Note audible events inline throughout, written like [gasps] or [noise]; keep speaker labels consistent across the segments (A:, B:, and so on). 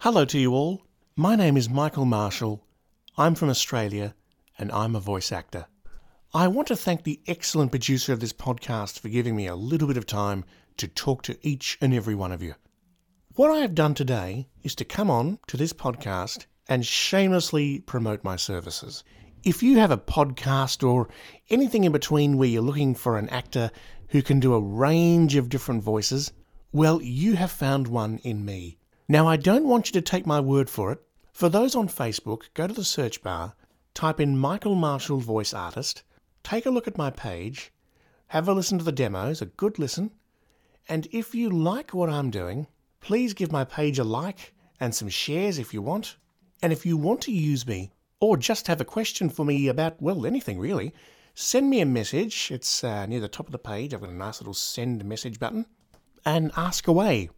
A: Hello to you all. My name is Michael Marshall. I'm from Australia and I'm a voice actor. I want to thank the excellent producer of this podcast for giving me a little bit of time to talk to each and every one of you. What I have done today is to come on to this podcast and shamelessly promote my services. If you have a podcast or anything in between where you're looking for an actor who can do a range of different voices, well, you have found one in me. Now, I don't want you to take my word for it. For those on Facebook, go to the search bar, type in Michael Marshall Voice Artist, take a look at my page, have a listen to the demos, a good listen, and if you like what I'm doing, please give my page a like and some shares if you want. And if you want to use me or just have a question for me about, well, anything really, send me a message. It's uh, near the top of the page. I've got a nice little send message button and ask away.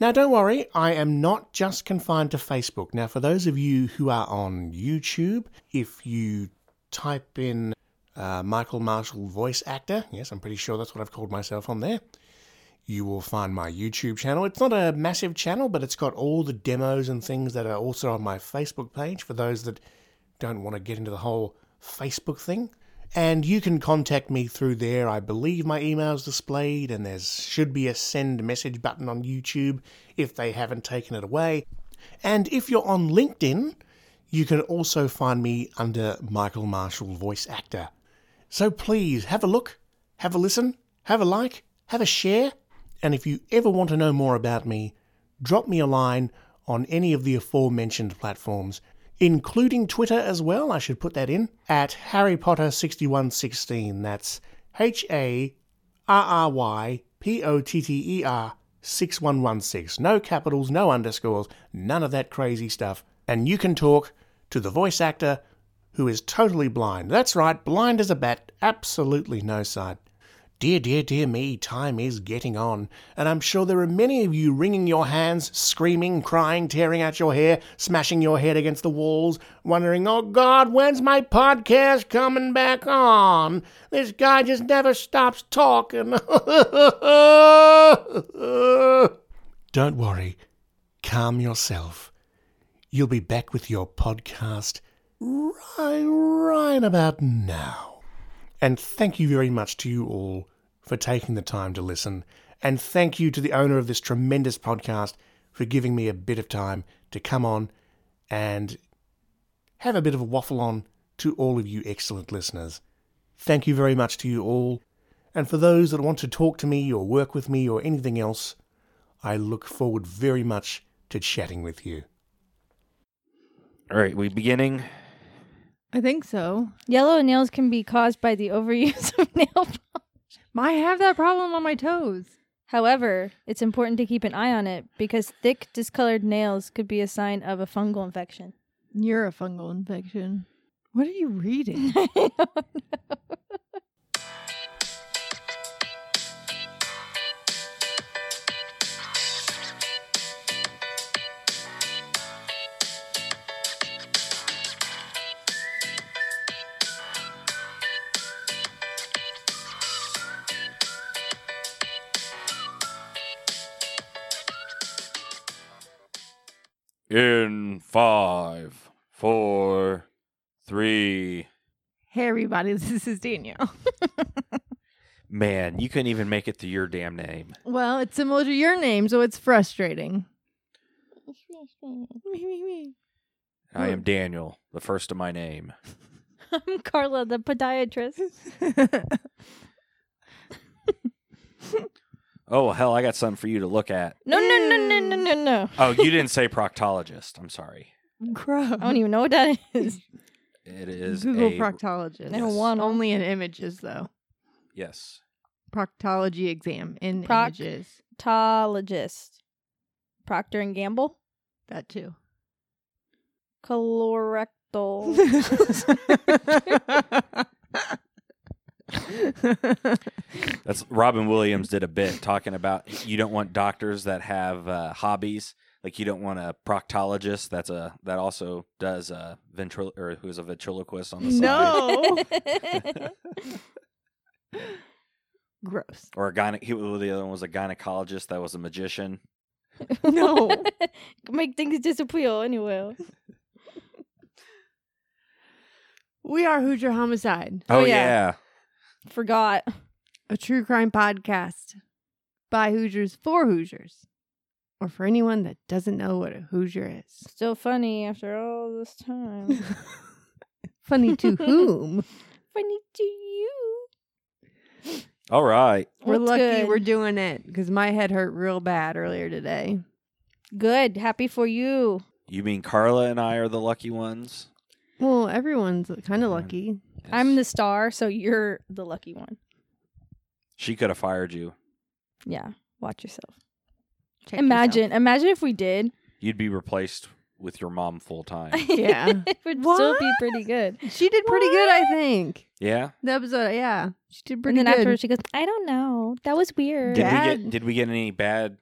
A: Now, don't worry, I am not just confined to Facebook. Now, for those of you who are on YouTube, if you type in uh, Michael Marshall voice actor, yes, I'm pretty sure that's what I've called myself on there, you will find my YouTube channel. It's not a massive channel, but it's got all the demos and things that are also on my Facebook page for those that don't want to get into the whole Facebook thing. And you can contact me through there. I believe my email's displayed, and there should be a send message button on YouTube if they haven't taken it away. And if you're on LinkedIn, you can also find me under Michael Marshall Voice Actor. So please have a look, have a listen, have a like, have a share, and if you ever want to know more about me, drop me a line on any of the aforementioned platforms, including Twitter as well. I should put that in at Harry Potter 6116. That's H A R R Y P O T T E R 6116. No capitals, no underscores, none of that crazy stuff. And you can talk to the voice actor who is totally blind. That's right, blind as a bat, absolutely no sight. Dear, dear, dear me, time is getting on, and I'm sure there are many of you wringing your hands, screaming, crying, tearing out your hair, smashing your head against the walls, wondering, oh God, when's my podcast coming back on? This guy just never stops talking. [laughs] Don't worry, calm yourself. You'll be back with your podcast right, right about now. And thank you very much to you all for taking the time to listen. And thank you to the owner of this tremendous podcast for giving me a bit of time to come on and have a bit of a waffle on to all of you excellent listeners. Thank you very much to you all. And for those that want to talk to me or work with me or anything else, I look forward very much to chatting with you.
B: All right, we beginning.
C: I think so.
D: Yellow nails can be caused by the [laughs] overuse of nail polish.
C: I have that problem on my toes.
D: However, it's important to keep an eye on it because thick, discolored nails could be a sign of a fungal infection. [laughs]
C: You're a fungal infection. What are you
D: [laughs]
C: reading?
B: In five, four, three.
C: hey, everybody, this is Danielle.
B: Man, you couldn't even make it to your damn name.
C: Well, it's similar to your name, so it's frustrating. Hmm.
B: I am Daniel, the first of my name.
D: I'm Carla, the podiatrist.
B: Oh, hell, I got something for you to look at.
D: No, no, no, no, no, no, no.
B: Oh, you didn't say proctologist. I'm sorry.
C: [laughs] Gross. [laughs]
D: I don't even know what that [laughs] is.
B: It is
C: Google
B: a
C: proctologist.
D: I don't want one.
C: Only in images, though.
B: yes.
C: Proctology exam in
D: Proc-
C: images.
D: Proctologist. Procter and Gamble.
C: That too. [laughs]
B: [laughs]
D: Colorectal.
B: That's Robin Williams did a bit talking about you don't want doctors that have uh, hobbies. Like you don't want a proctologist. That's a that also does a ventrilo or who's a ventriloquist on the side.
D: [laughs]
C: no. Gross.
B: or a gyne- he, well, the other one was a gynecologist that was a magician.
C: No.
D: [laughs] Make things disappear anywhere.
E: We are Hoosier Homicide,
B: Oh,
D: Oh,
B: yeah.
D: yeah. Forgot.
E: a true crime podcast by Hoosiers for Hoosiers, or for anyone that doesn't know what a Hoosier is.
D: Still funny after all
C: [laughs]
D: this [laughs] time.
E: Funny to
D: [laughs]
E: whom?
D: funny to you.
B: All right.
E: We're
D: That's
E: lucky
D: good.
E: we're doing it because my head hurt real bad earlier today.
D: good. Happy for you.
B: You mean Carla and I are the lucky ones?
E: Well, everyone's kind
B: Yeah.
E: of lucky.
D: I'm the star, so you're the lucky one.
B: She could have fired you.
D: Yeah. Watch yourself.
E: Check
D: imagine.
E: yourself.
D: Imagine if we did.
B: You'd be replaced with your mom full time.
D: [laughs]
E: Yeah.
D: it would still be pretty good.
E: She did pretty good, I think.
B: yeah.
E: The episode, yeah, she did pretty
D: and then
E: good.
D: afterwards she goes, I don't know. That was weird.
B: Did we
E: Bad.
B: get did we get any bad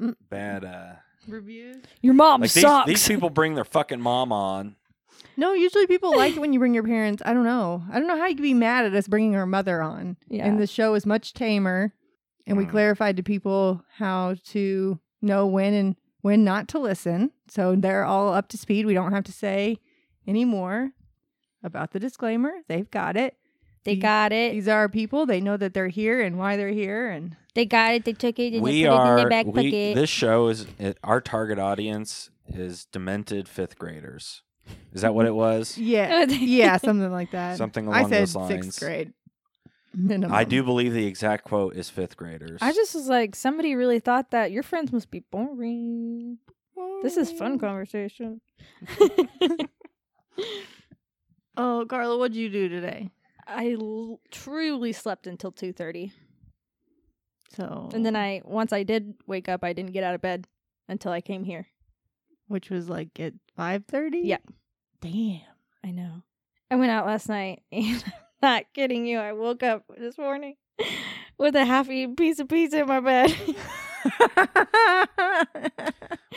E: Mm.
B: bad uh
E: Reviews?
D: Your mom
B: like these,
D: sucks.
B: these people bring their fucking mom on.
E: No, usually people like it when you bring your parents. I don't know. I don't know how you could be mad at us bringing our mother on.
D: Yeah.
E: And the show is much tamer, and we
B: Mm.
E: clarified to people how to know when and when not to listen. So they're all up to speed. We don't have to say any more about the disclaimer. They've got it.
D: they got it.
E: These are our people. They know that they're here and why they're here. And
D: [laughs] They got it. [laughs] They took it and
B: We
D: they put it in
B: are
D: their back
B: we,
D: pocket.
B: this show is it, our target audience is demented fifth graders. Is that what it
D: [laughs]
B: was?
E: yeah, yeah, something like that.
B: Something
E: I
B: along
E: said
B: those lines.
E: sixth grade minimum.
B: I do believe the exact quote is fifth graders.
D: I just was like, somebody really thought that your friends must be boring. This is
E: Mm.
D: fun
E: [laughs]
D: conversation. [laughs]
E: Oh, Carla, what'd you do today?
D: I l- truly slept until two thirty,
E: So
D: and then I once I did wake up, I didn't get out of bed until I came here.
E: which was like at five thirty. [laughs]
D: Yeah.
E: Damn.
D: I know. I went out last night, [laughs] and I'm not kidding you. I woke up this morning [laughs] with a half-eaten piece of pizza in my bed. [laughs]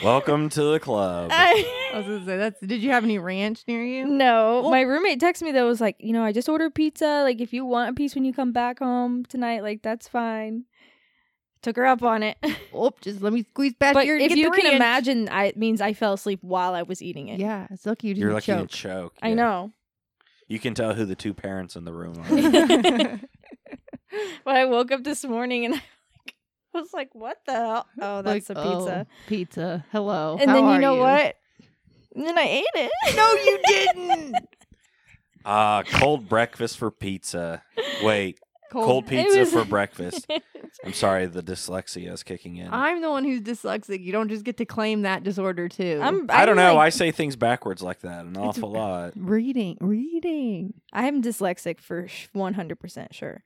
B: Welcome to the club.
E: I was
D: I-
E: gonna say that's. Did you have any ranch near you?
D: [laughs] No, my roommate texted me though. Was like, you know, I just ordered pizza. Like, if you want a piece when you come back home tonight, like that's fine. Took her up on it. [laughs]
E: Oh, just let me squeeze back
D: but
E: here. and
D: if
E: get
D: you
E: the
D: can
E: ranch.
D: imagine, I, it means I fell asleep while I was eating it.
E: yeah, it's lucky you didn't
B: You're lucky you
E: choke.
B: didn't choke.
D: I
B: yeah.
D: know.
B: You can tell who the two parents in the room are. [laughs]
D: didn't- [laughs] But I woke up this morning and [laughs] I, like, I was like, "What the hell? Oh,
E: [laughs]
D: that's
E: Like,
D: a
E: oh,
D: pizza."
E: pizza. Hello.
D: and
E: How
D: then you
E: are
D: know what? And then I ate it.
E: [laughs] No, you didn't.
B: Ah, cold breakfast for pizza.
D: [laughs]
B: Wait, cold,
D: It
B: pizza
D: was-
B: for breakfast. I'm sorry, the dyslexia is kicking in.
E: I'm the one who's dyslexic. You don't just get to claim that disorder too.
D: [laughs] I'm.
B: I do not
D: I'm
B: know.
D: like-
B: I say things backwards like that an awful lot.
E: reading, reading. [sighs]
D: I'm dyslexic for one hundred percent sure.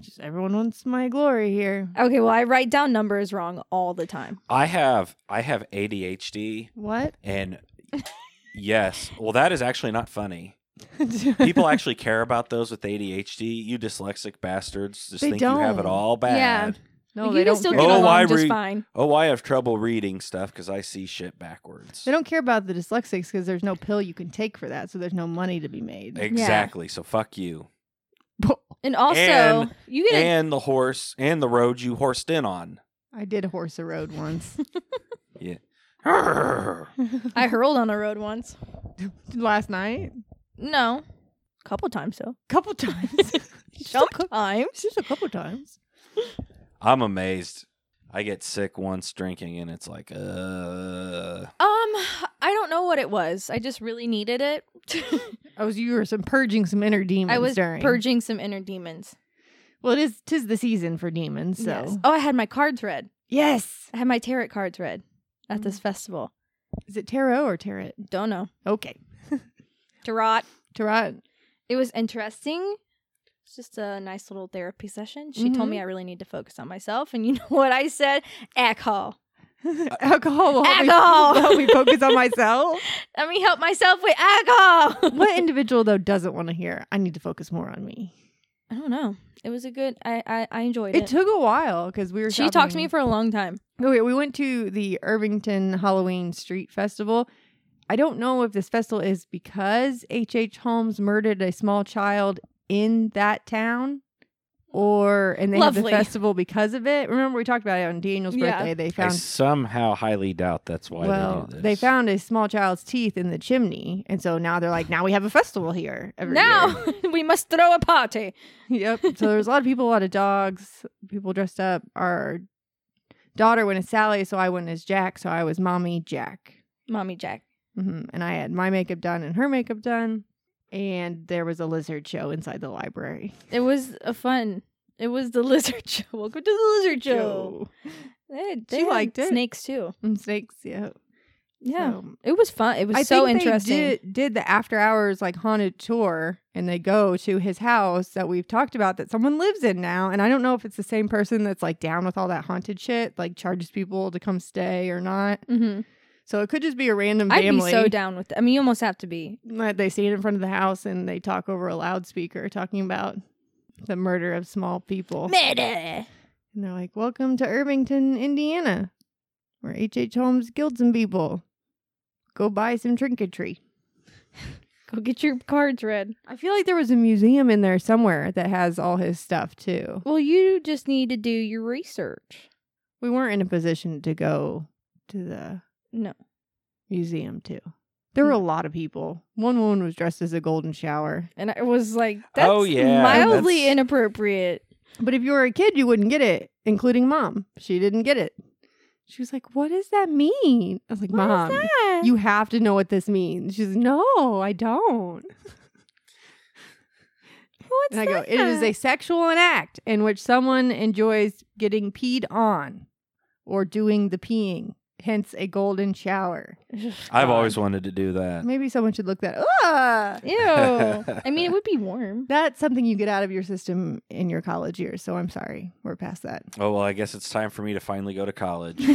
E: Just everyone wants my glory here.
D: Okay, well, I write down numbers wrong all the time.
B: I have I have ADHD,
D: [laughs]
E: What? [laughs]
B: and yes, well, that is actually not funny. People actually care about those with ADHD. You dyslexic bastards just
E: They
B: think you have it
E: don't.
B: all
D: Yeah.
B: bad.
E: no,
D: Like,
E: they
D: you
E: don't
D: can still
E: care.
D: get
B: Oh,
D: along
B: I
D: just
B: re-
D: fine.
B: Oh, I have trouble reading stuff because I see shit backwards.
E: They don't care about the dyslexics because there's no pill you can take for that, so there's no money to be made.
B: Exactly. So fuck you.
D: And also,
B: And-
D: you get a,
B: and the horse and the road you horsed in
E: [laughs]
B: on.
E: I did horse a road [laughs] once.
D: I hurled on a road once.
E: Last night?
D: No, couple times [laughs] though.
E: Couple [laughs] times.
D: Sometimes.
E: Just a couple times.
B: I'm amazed. I get sick once drinking, and it's like, uh,
D: Um, I don't know what it was. I just really needed it. [laughs]
E: I was you were some purging some inner demons
D: I was
E: during
D: purging some inner demons.
E: Well it is tis the season for demons, so
D: Yes. Oh, I had my cards read.
E: Yes.
D: I had my tarot cards read at
E: Mm.
D: this festival.
E: Is it tarot or tarot?
D: Don't know.
E: Okay.
D: Tarot.
E: Tarot. [laughs]
D: It was interesting. It's just a nice little therapy session. She told
E: Mhm.
D: me I really need to focus on myself, and [laughs] you know what I said? Alcohol.
E: alcohol will help me- [laughs]
D: Alcohol!
E: will help me focus on myself.
D: Let me help myself with alcohol.
E: [laughs] what individual though doesn't want to hear? I need to focus more on me.
D: [laughs] I don't know. It was a good. I I, I enjoyed
E: It
D: it.
E: took a while because we were.
D: she talked to
E: shopping-
D: me for a long time.
E: No, wait, we went to the Irvington Halloween Street Festival. I don't know if this festival is because H.H. Holmes murdered a small child in that town or and they have the
D: Lovely.
E: festival because of it. Remember we talked about it on Daniel's
D: Yeah.
E: birthday. They
B: I
E: found
B: somehow highly doubt that's why
E: well,
B: they do this.
E: they found a small child's teeth in the chimney, and so now they're like, now we have a festival here. Every
D: now [laughs] we must throw a party.
E: year. yep. So there's a lot of people, a lot of dogs, people dressed up. Our daughter went as Sally, so I went as Jack, so I was mommy Jack.
D: Mommy Jack.
E: hmm And I had my makeup done and her makeup done, and there was a lizard show inside the
D: [laughs]
E: library.
D: It was a fun. It was the [laughs] lizard show. Welcome to the lizard show. They, they
E: She
D: had
E: liked it.
D: Snakes too.
E: And snakes, Mm, yeah.
D: Yeah,
E: So-
D: it was fun. It was so interesting.
E: They did, did the after hours like haunted tour, and they go to his house that we've talked about that someone lives in now. And I don't know if it's the same person that's like down with all that haunted shit, like charges people to come stay or not.
D: Mhm.
E: So it could just be a random
D: I'd
E: family.
D: be so down with. It. I mean, you almost have to be.
E: that they stand in front of the house and they talk over a loudspeaker talking about the murder of small people.
D: Murder.
E: And they're like, Welcome to Irvington, Indiana, where H.H. H. Holmes killed some people. Go buy some trinketry.
D: Go get your cards read.
E: I feel like there was a museum in there somewhere that has all his stuff too.
D: Well, you just need to do your research.
E: We weren't in a position to go to the
D: No.
E: museum too. There were a lot of people. One woman was dressed as a golden shower.
D: And I was like, that's
B: Oh, yeah,
D: mildly
B: that's-
D: inappropriate.
E: But if you were a kid, you wouldn't get it, including mom. She didn't get it. She was like, What does that mean? I was like,
D: What is
E: Mom,
D: that?
E: you have to know what this means. She's like, No, I don't.
D: What's
E: And I go,
D: that?
E: It is a sexual act in which someone enjoys getting peed on or doing the peeing, hence a golden shower.
D: [laughs]
B: I've always wanted to do that.
E: Maybe someone should look that. Ah!
D: Ew. I mean, it would be warm.
E: That's something you get out of your system in your college years. So I'm sorry. We're past
D: [laughs]
E: that.
B: Oh well, I guess it's time for me to finally go to college.
E: [laughs]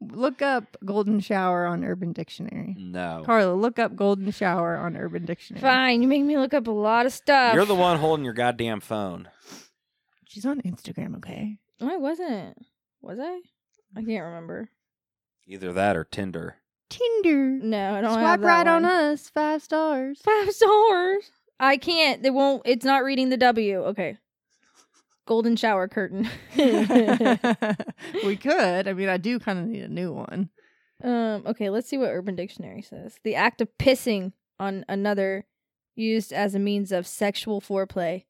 E: Look up golden shower on Urban Dictionary.
B: No.
E: Carla, look up golden shower on Urban Dictionary.
D: [laughs] Fine, you make me look up a lot of stuff.
B: You're the one holding your goddamn phone.
E: She's on Instagram, okay?
D: No, I wasn't. Was I? I can't remember.
B: Either that or Tinder.
E: Tinder.
D: No, I don't
E: Swipe
D: have
E: right
D: that
E: on
D: one.
E: us. Five stars.
D: Five stars. I can't. They won't. It's not reading the W. Okay. Golden shower curtain. [laughs]
E: [laughs] we could. I mean, I do kind of need a new one.
D: Um, okay, let's see what Urban Dictionary says. The act of pissing on another used as a means of sexual foreplay.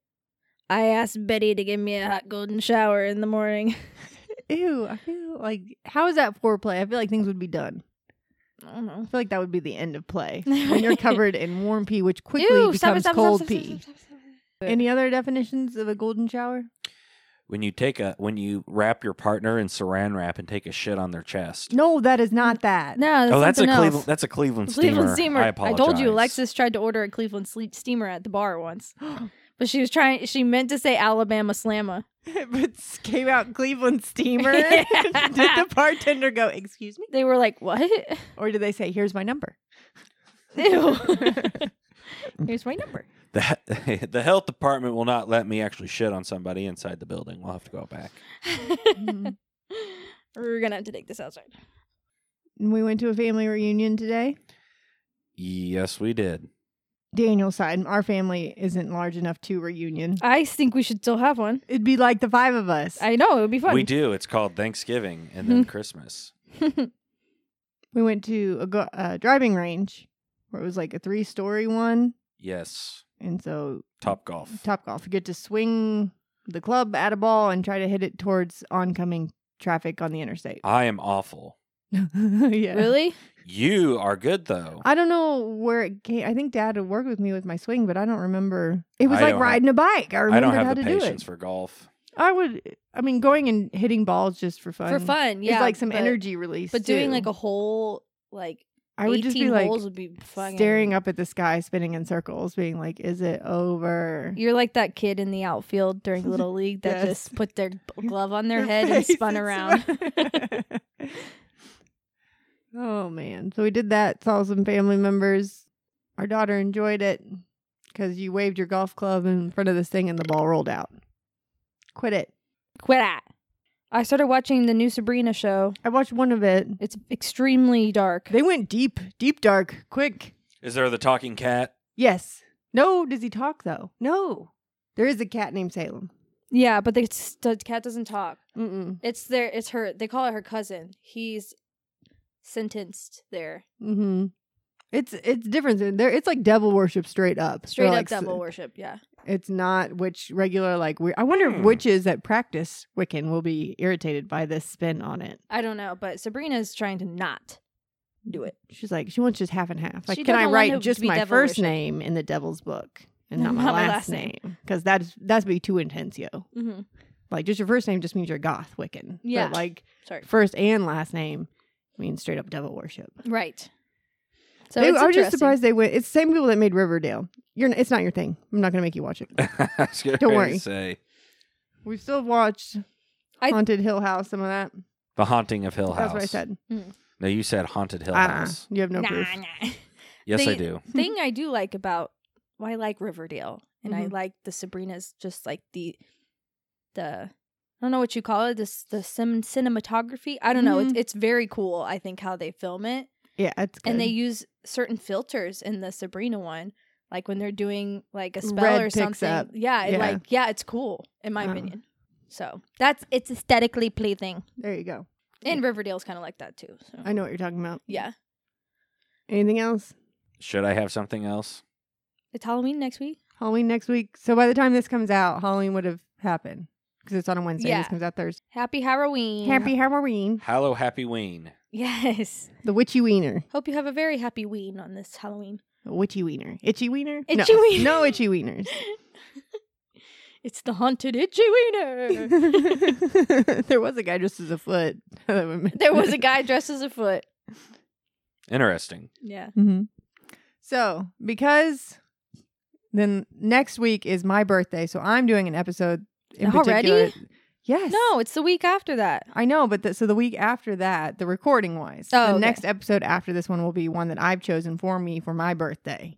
D: I asked Betty to give me a hot golden shower in the morning. [laughs]
E: Ew, I feel like how is that foreplay? I feel like things would be done.
D: I don't know.
E: I feel like that would be the end of play when you're
D: [laughs]
E: covered in warm pee, which quickly
D: Ew,
E: becomes
D: stop it, stop it, stop it,
E: cold
D: stop it,
E: pee.
D: stop it, stop it, stop it, stop it.
E: Any other definitions of a golden shower?
B: When you take a when you wrap your partner in saran wrap and take a shit on their chest.
E: No, that is not that. [laughs]
D: No, that's
B: oh, that's a
D: something
B: Cleveland
D: else.
B: that's a Cleveland steamer.
D: Cleveland steamer.
B: I apologize.
D: told you, Alexis tried to order a Cleveland sle- steamer at the bar once, [gasps] but she was trying. She meant to say Alabama Slamma.
E: but came out Cleveland steamer.
D: [laughs] Yeah.
E: [laughs] did the bartender go, "Excuse me,"
D: They were like, "What? [laughs]
E: or did they say, "Here's my number"?
B: [laughs]
E: [laughs]
D: Ew." Here's my number.
B: The, [laughs] the health department will not let me actually shit on somebody inside the building. We'll have to go back.
D: [laughs]
E: Mm-hmm.
D: We're gonna have to take this outside.
E: And we went to a family reunion today.
B: Yes, we did.
E: Daniel's side, our family isn't large enough to reunion.
D: I think we should still have one.
E: It'd be like the five of us.
D: I know it would be
B: [laughs]
D: fun.
B: We do. It's called Thanksgiving and
E: [laughs]
B: then Christmas.
E: we went to a go- uh, driving range where it was like a three story one.
B: Yes.
E: And so,
B: Top golf.
E: top golf, you get to swing the club at a ball and try to hit it towards oncoming traffic on the interstate.
B: I am awful.
E: [laughs] yeah.
D: Really?
B: You are good though.
E: I don't know where it came. I think dad would work with me with my swing, but I don't remember. It was
B: I
E: like
B: don't have-
E: riding a bike. I
B: I
E: remember
B: don't
E: how
B: have
E: to
B: the
E: do
B: patience
E: it.
B: for golf.
E: I would, I mean, going and hitting balls just for fun.
D: For fun, yeah.
E: It's like some
D: but-
E: energy release.
D: But doing
E: too.
D: like a whole like
E: I would just be
D: eighteen
E: like
D: holes would be fucking
E: staring up at the sky, spinning in circles, being like, "Is it over?"
D: You're like that kid in the outfield during little league
E: Yes.
D: that just put their glove on their head and
E: face
D: spun
E: is [laughs]
D: around.
E: spun- oh man! So we did that. Saw some family members. Our daughter enjoyed it because you waved your golf club in front of this thing and the ball rolled out. Quit it.
D: Quit that. I started watching the new Sabrina show.
E: I watched one of it.
D: It's extremely dark.
E: They went deep, deep dark, quick.
B: Is there the talking cat? [laughs]
E: Yes. No. Does he talk though? No. There is a cat named Salem.
D: Yeah, but the, the cat doesn't talk.
E: Mm-mm.
D: It's their. It's her. They call it her cousin. He's sentenced there.
E: Mm-hmm. It's it's different than there. It's like devil worship straight up. They're
D: Straight up
E: like,
D: devil worship. Yeah.
E: It's not witch regular like we. I wonder if
B: Hmm.
E: witches that practice Wiccan will be irritated by this spin on it.
D: I don't know, but Sabrina's trying to not do it.
E: She's like she wants just half and half. Like,
D: She
E: can I
D: doesn't want
E: write
D: to
E: just
D: be
E: my
D: devil
E: first
D: worship.
E: name in the devil's book
D: [laughs]
E: and not my last, name? Because that's that's be too intense, yo.
D: Mm-hmm.
E: Like just your first name just means you're goth Wiccan.
D: Yeah.
E: But like
D: Sorry.
E: first and last name means straight up devil worship.
D: Right. So
E: They-
D: it's
E: I was just
D: interesting.
E: surprised they went. It's the same people that made Riverdale. You're n- it's not your thing. I'm not gonna make you watch it.
B: I was gonna
E: Don't worry.
B: Say
E: We still watched
D: I-
E: Haunted Hill House. Some of that.
B: the haunting of Hill House.
E: That's what I said.
B: No, you said haunted Hill
E: Uh-uh.
B: House.
E: You have no
D: nah,
E: proof.
D: nah. [laughs]
B: Yes, I
D: They-
B: do.
E: [laughs]
D: Thing I do like about well, I like Riverdale and I
E: Mhm.
D: like the Sabrina's just like the the I don't know what you call it this the sim- cinematography. I don't know. It's
E: Mm-hmm.
D: it's very cool. I think how they film it.
E: Yeah, it's good.
D: and they use certain filters in the Sabrina one, like when they're doing like a spell
E: Red
D: or
E: picks
D: something.
E: up.
D: Yeah, it,
E: Yeah.
D: like yeah, it's cool in my
E: Uh-huh.
D: opinion. So that's it's aesthetically pleasing,
E: there you go.
D: and Riverdale's kind of like that too. So
E: I know what you're talking about.
D: yeah,
E: Anything else?
B: Should I have something else?
D: it's Halloween next week.
E: Halloween next week. So by the time this comes out, Halloween would have happened because it's on a Wednesday.
D: Yeah.
E: This comes out Thursday.
D: Happy Halloween.
E: Happy Halloween.
B: Hallow Happy Ween.
D: [laughs] Yes.
E: The witchy wiener.
D: Hope you have a very happy ween on this Halloween. [laughs]
E: The witchy wiener. Itchy wiener.
D: Itchy
E: no.
D: wiener.
E: No itchy
D: [laughs]
E: wieners. [laughs]
D: it's the haunted itchy wiener.
E: there was a guy dressed as a foot.
D: [laughs]
E: [laughs]
D: there was a guy dressed as a foot.
B: Interesting.
D: Yeah.
E: hmm So, because then next week is my birthday, so I'm doing an episode in
D: Already?
E: particular. Yes.
D: No, it's the week after that.
E: I know, but the, so the week after that, the recording wise,
D: Oh,
E: the
D: okay.
E: next episode after this one will be one that I've chosen for me for my birthday.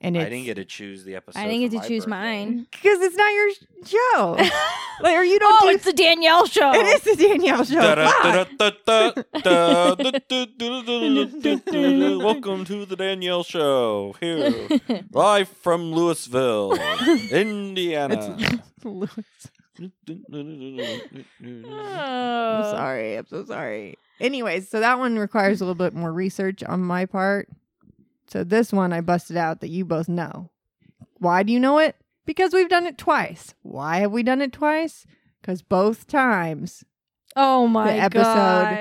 E: And it's
B: I didn't get to choose the episode.
D: I
B: for
D: didn't get to
B: my
D: choose
B: birthday.
D: [laughs] mine.
E: because it's not your sh- show,
D: [laughs]
E: like, or you don't.
D: oh,
E: do-
D: it's the Danielle show.
E: it is the Danielle show. Fuck.
B: Welcome to the Danielle Show here, [laughs] live from Louisville, Indiana.
E: It's [laughs] Louis. I'm
D: Oh.
E: sorry. I'm so sorry. Anyways, so that one requires a little bit more research on my part. So this one I busted out that you both know. Why do you know it? Because we've done it twice. Why have we done it twice? Because both times
D: Oh my
E: episode.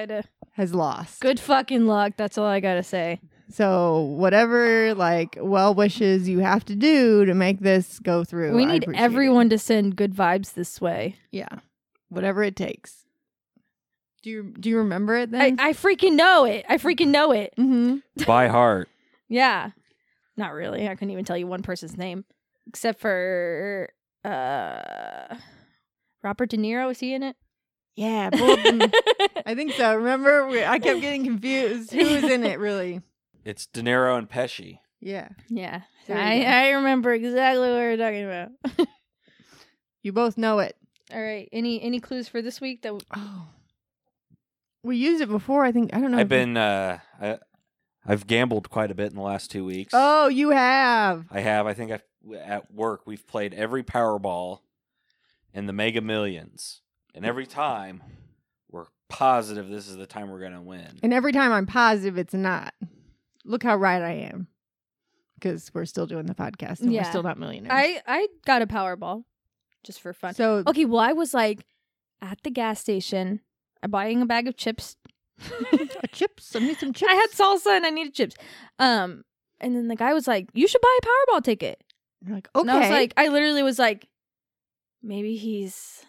D: god.
E: has lost.
D: Good fucking luck. That's all I gotta say.
E: So whatever like well wishes you have to do to make this go through.
D: we
E: I
D: need
E: appreciate it.
D: everyone to send good vibes this way.
E: Yeah. Whatever it takes. Do you do you remember it
D: I,
E: then?
D: I freaking know it. I freaking know it.
E: mm-hmm.
B: By heart.
D: Yeah. Not really. I couldn't even tell you one person's name. Except for uh Robert De Niro, was he in it?
E: Yeah,
D: [laughs] mm,
E: Bolton. mm, I think so. Remember, we, I kept getting confused. Who was in it, really?
B: It's De Niro and Pesci.
E: Yeah,
D: yeah.
E: There you
D: I,
E: go.
D: I remember exactly what we were talking about.
E: you both know it.
D: All right. Any any clues for this week that
E: Oh, we used it before. I think I don't know.
B: I've
E: if-
B: been, uh, I, I've gambled quite a bit in the last two weeks.
E: Oh, you have.
B: I have. I think I've, at work we've played every Powerball and the Mega Millions, and every time we're positive this is the time we're gonna win.
E: And every time I'm positive, it's not. Look how right I am, because we're still doing the podcast and
D: Yeah.
E: we're still not millionaires.
D: I I got a Powerball just for fun.
E: so
D: Okay, well, I was like at the gas station, I'm buying a bag of chips. [laughs]
E: uh, chips. I need some chips.
D: I had salsa and I needed chips. Um, and then the guy was like, "You should buy a Powerball ticket."
E: You're like okay.
D: And I was like, I literally was like, maybe he's,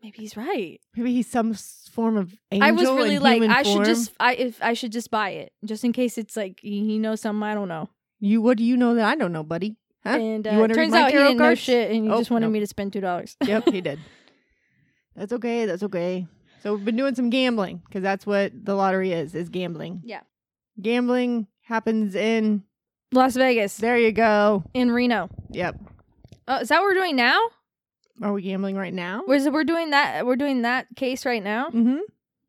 D: maybe he's right.
E: maybe he's some s- form of angel.
D: I was really
E: in
D: like,
E: human
D: I
E: form.
D: should just, I if I should just buy it, just in case it's like he he knows something I don't know.
E: You what do you know that I don't know, buddy? Huh?
D: And
E: You
D: uh,
E: wanna read
D: turns
E: my
D: out he
E: tarot
D: didn't know
E: cards?
D: shit, and he
E: Oh,
D: just wanted
E: no.
D: me to spend two dollars.
E: [laughs] yep, he did. That's okay. That's okay. So we've been doing some gambling because that's what the lottery is, is gambling.
D: Yeah.
E: Gambling happens in
D: Las Vegas
E: there you go.
D: in Reno.
E: Yep.
D: Oh, is that what we're doing now?
E: Are we gambling right now?
D: We're, we're doing that. We're doing that case right now.
E: Mm-hmm.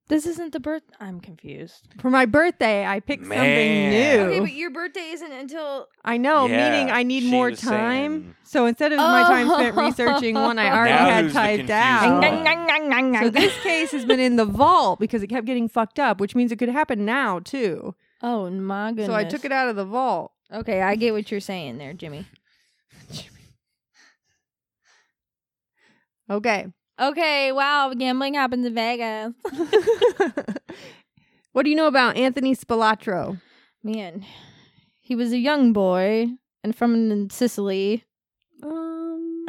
D: This isn't the birth. I'm confused.
E: For my birthday, I picked
B: Man.
E: something
D: Okay,
E: new.
D: but your birthday isn't until
E: I know,
B: Yeah,
E: meaning I need
B: she
E: more
B: was
E: time.
B: saying-
E: So instead of my time spent [laughs]
D: Oh.
E: researching one I
D: Now
E: already had
B: who's the
E: typed
B: confused
E: out.
B: one?
E: Oh. So this case has been in the vault because it kept getting fucked up, which means it could happen now too.
D: [laughs] oh my goodness.
E: So I took it out of the vault.
D: Okay, I get what you're saying there, Jimmy.
E: Okay.
D: Okay, wow, gambling happens in Vegas.
E: what do you know about Anthony Spilatro?
D: Man, he was a young boy and from
E: [laughs]
D: Sicily.
E: Um,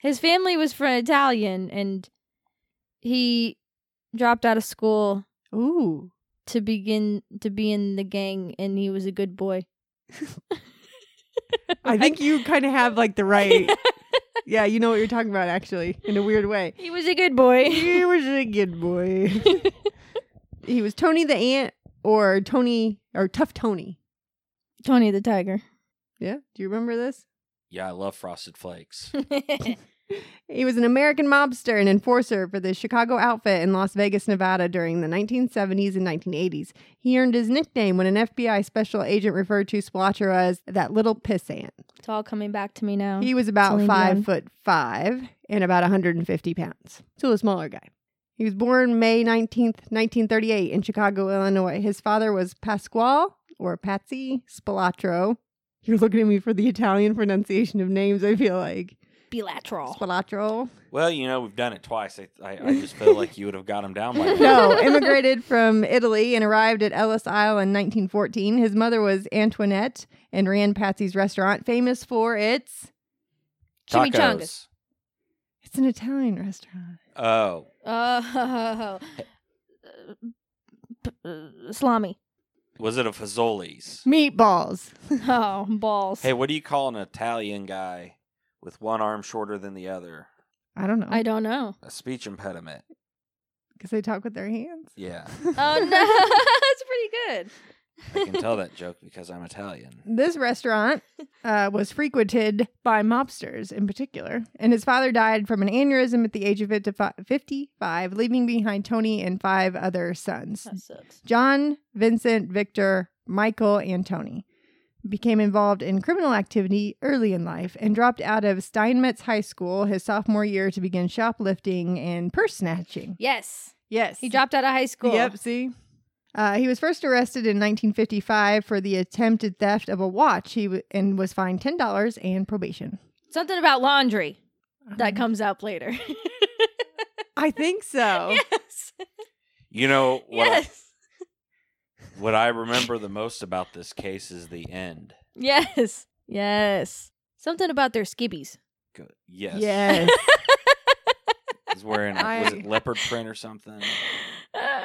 D: His family was from Italian, and he dropped out of school
E: ooh,
D: to begin to be in the gang, and he was a good boy.
E: I think you kind of have like the right. [laughs] yeah, you know what you're talking about, actually, in a weird way.
D: [laughs] He was a
E: [laughs]
D: good boy.
E: He was a good boy. [laughs] he was Tony the Ant or Tony or Tough Tony.
D: Tony the Tiger. [laughs]
E: Yeah, do you remember this?
B: Yeah, I love frosted
E: [laughs]
B: flakes.
E: He was an American mobster and enforcer for the Chicago outfit in Las Vegas, Nevada during the 1970s and 1980s. He earned his nickname when an FBI special agent referred to Splotcher as that little pissant.
D: it's all coming back to me now.
E: He was about
D: Celine
E: five
D: Dion.
E: foot five and about 150 pounds. So a smaller guy. He was born May 19th, 1938 in Chicago, Illinois. His father was Pasquale or Patsy Spilatro. You're looking at me for the Italian pronunciation of names, I feel like.
D: bilateral.
E: Spilatro.
B: well, you know, we've done it twice. I, I, I just feel like you would have got him down by now.
E: [laughs] no, immigrated from Italy and arrived at Ellis Isle in 1914. His mother was Antoinette and ran Patsy's restaurant, famous for its
D: Chimichangas.
B: Tacos.
E: it's an Italian restaurant.
B: Oh,
D: Oh, Uh, salami. [laughs]
B: was it a Fazoli's?
E: Meatballs.
D: Oh, balls.
B: Hey, what do you call an Italian guy with one arm shorter than the other?
E: I don't know.
D: I
B: [laughs]
D: don't know.
B: A speech impediment.
E: because they talk with their hands.
B: Yeah,
E: [laughs] Um,
D: Oh no, [laughs] that's pretty good.
B: I can tell that joke because I'm Italian.
E: This restaurant uh, was frequented by mobsters in particular, and his father died from an aneurysm at the age of 55, 55 leaving behind Tony and five other sons.
D: [laughs] That sucks.
E: John, Vincent, Victor, Michael, and Tony became involved in criminal activity early in life and dropped out of Steinmetz High School his sophomore year to begin shoplifting and purse snatching.
D: Yes,
E: Yes.
D: he dropped out of high school.
E: Yep, see? Uh, he was first arrested in 1955 for the attempted theft of a watch he w- and was fined $10 and probation.
D: Something about laundry that
B: Mm-hmm.
D: comes up later. [laughs]
E: I think so.
D: yes.
B: You know what?
E: [laughs]
B: I-
D: Yes.
B: what I remember the most about this case is the end.
D: Yes. Yes. Something about their skibbies.
B: [laughs]
D: [laughs]
B: Good. Yes.
E: Yes.
B: He's wearing like, was it
E: I-
B: leopard print or something?
D: Uh,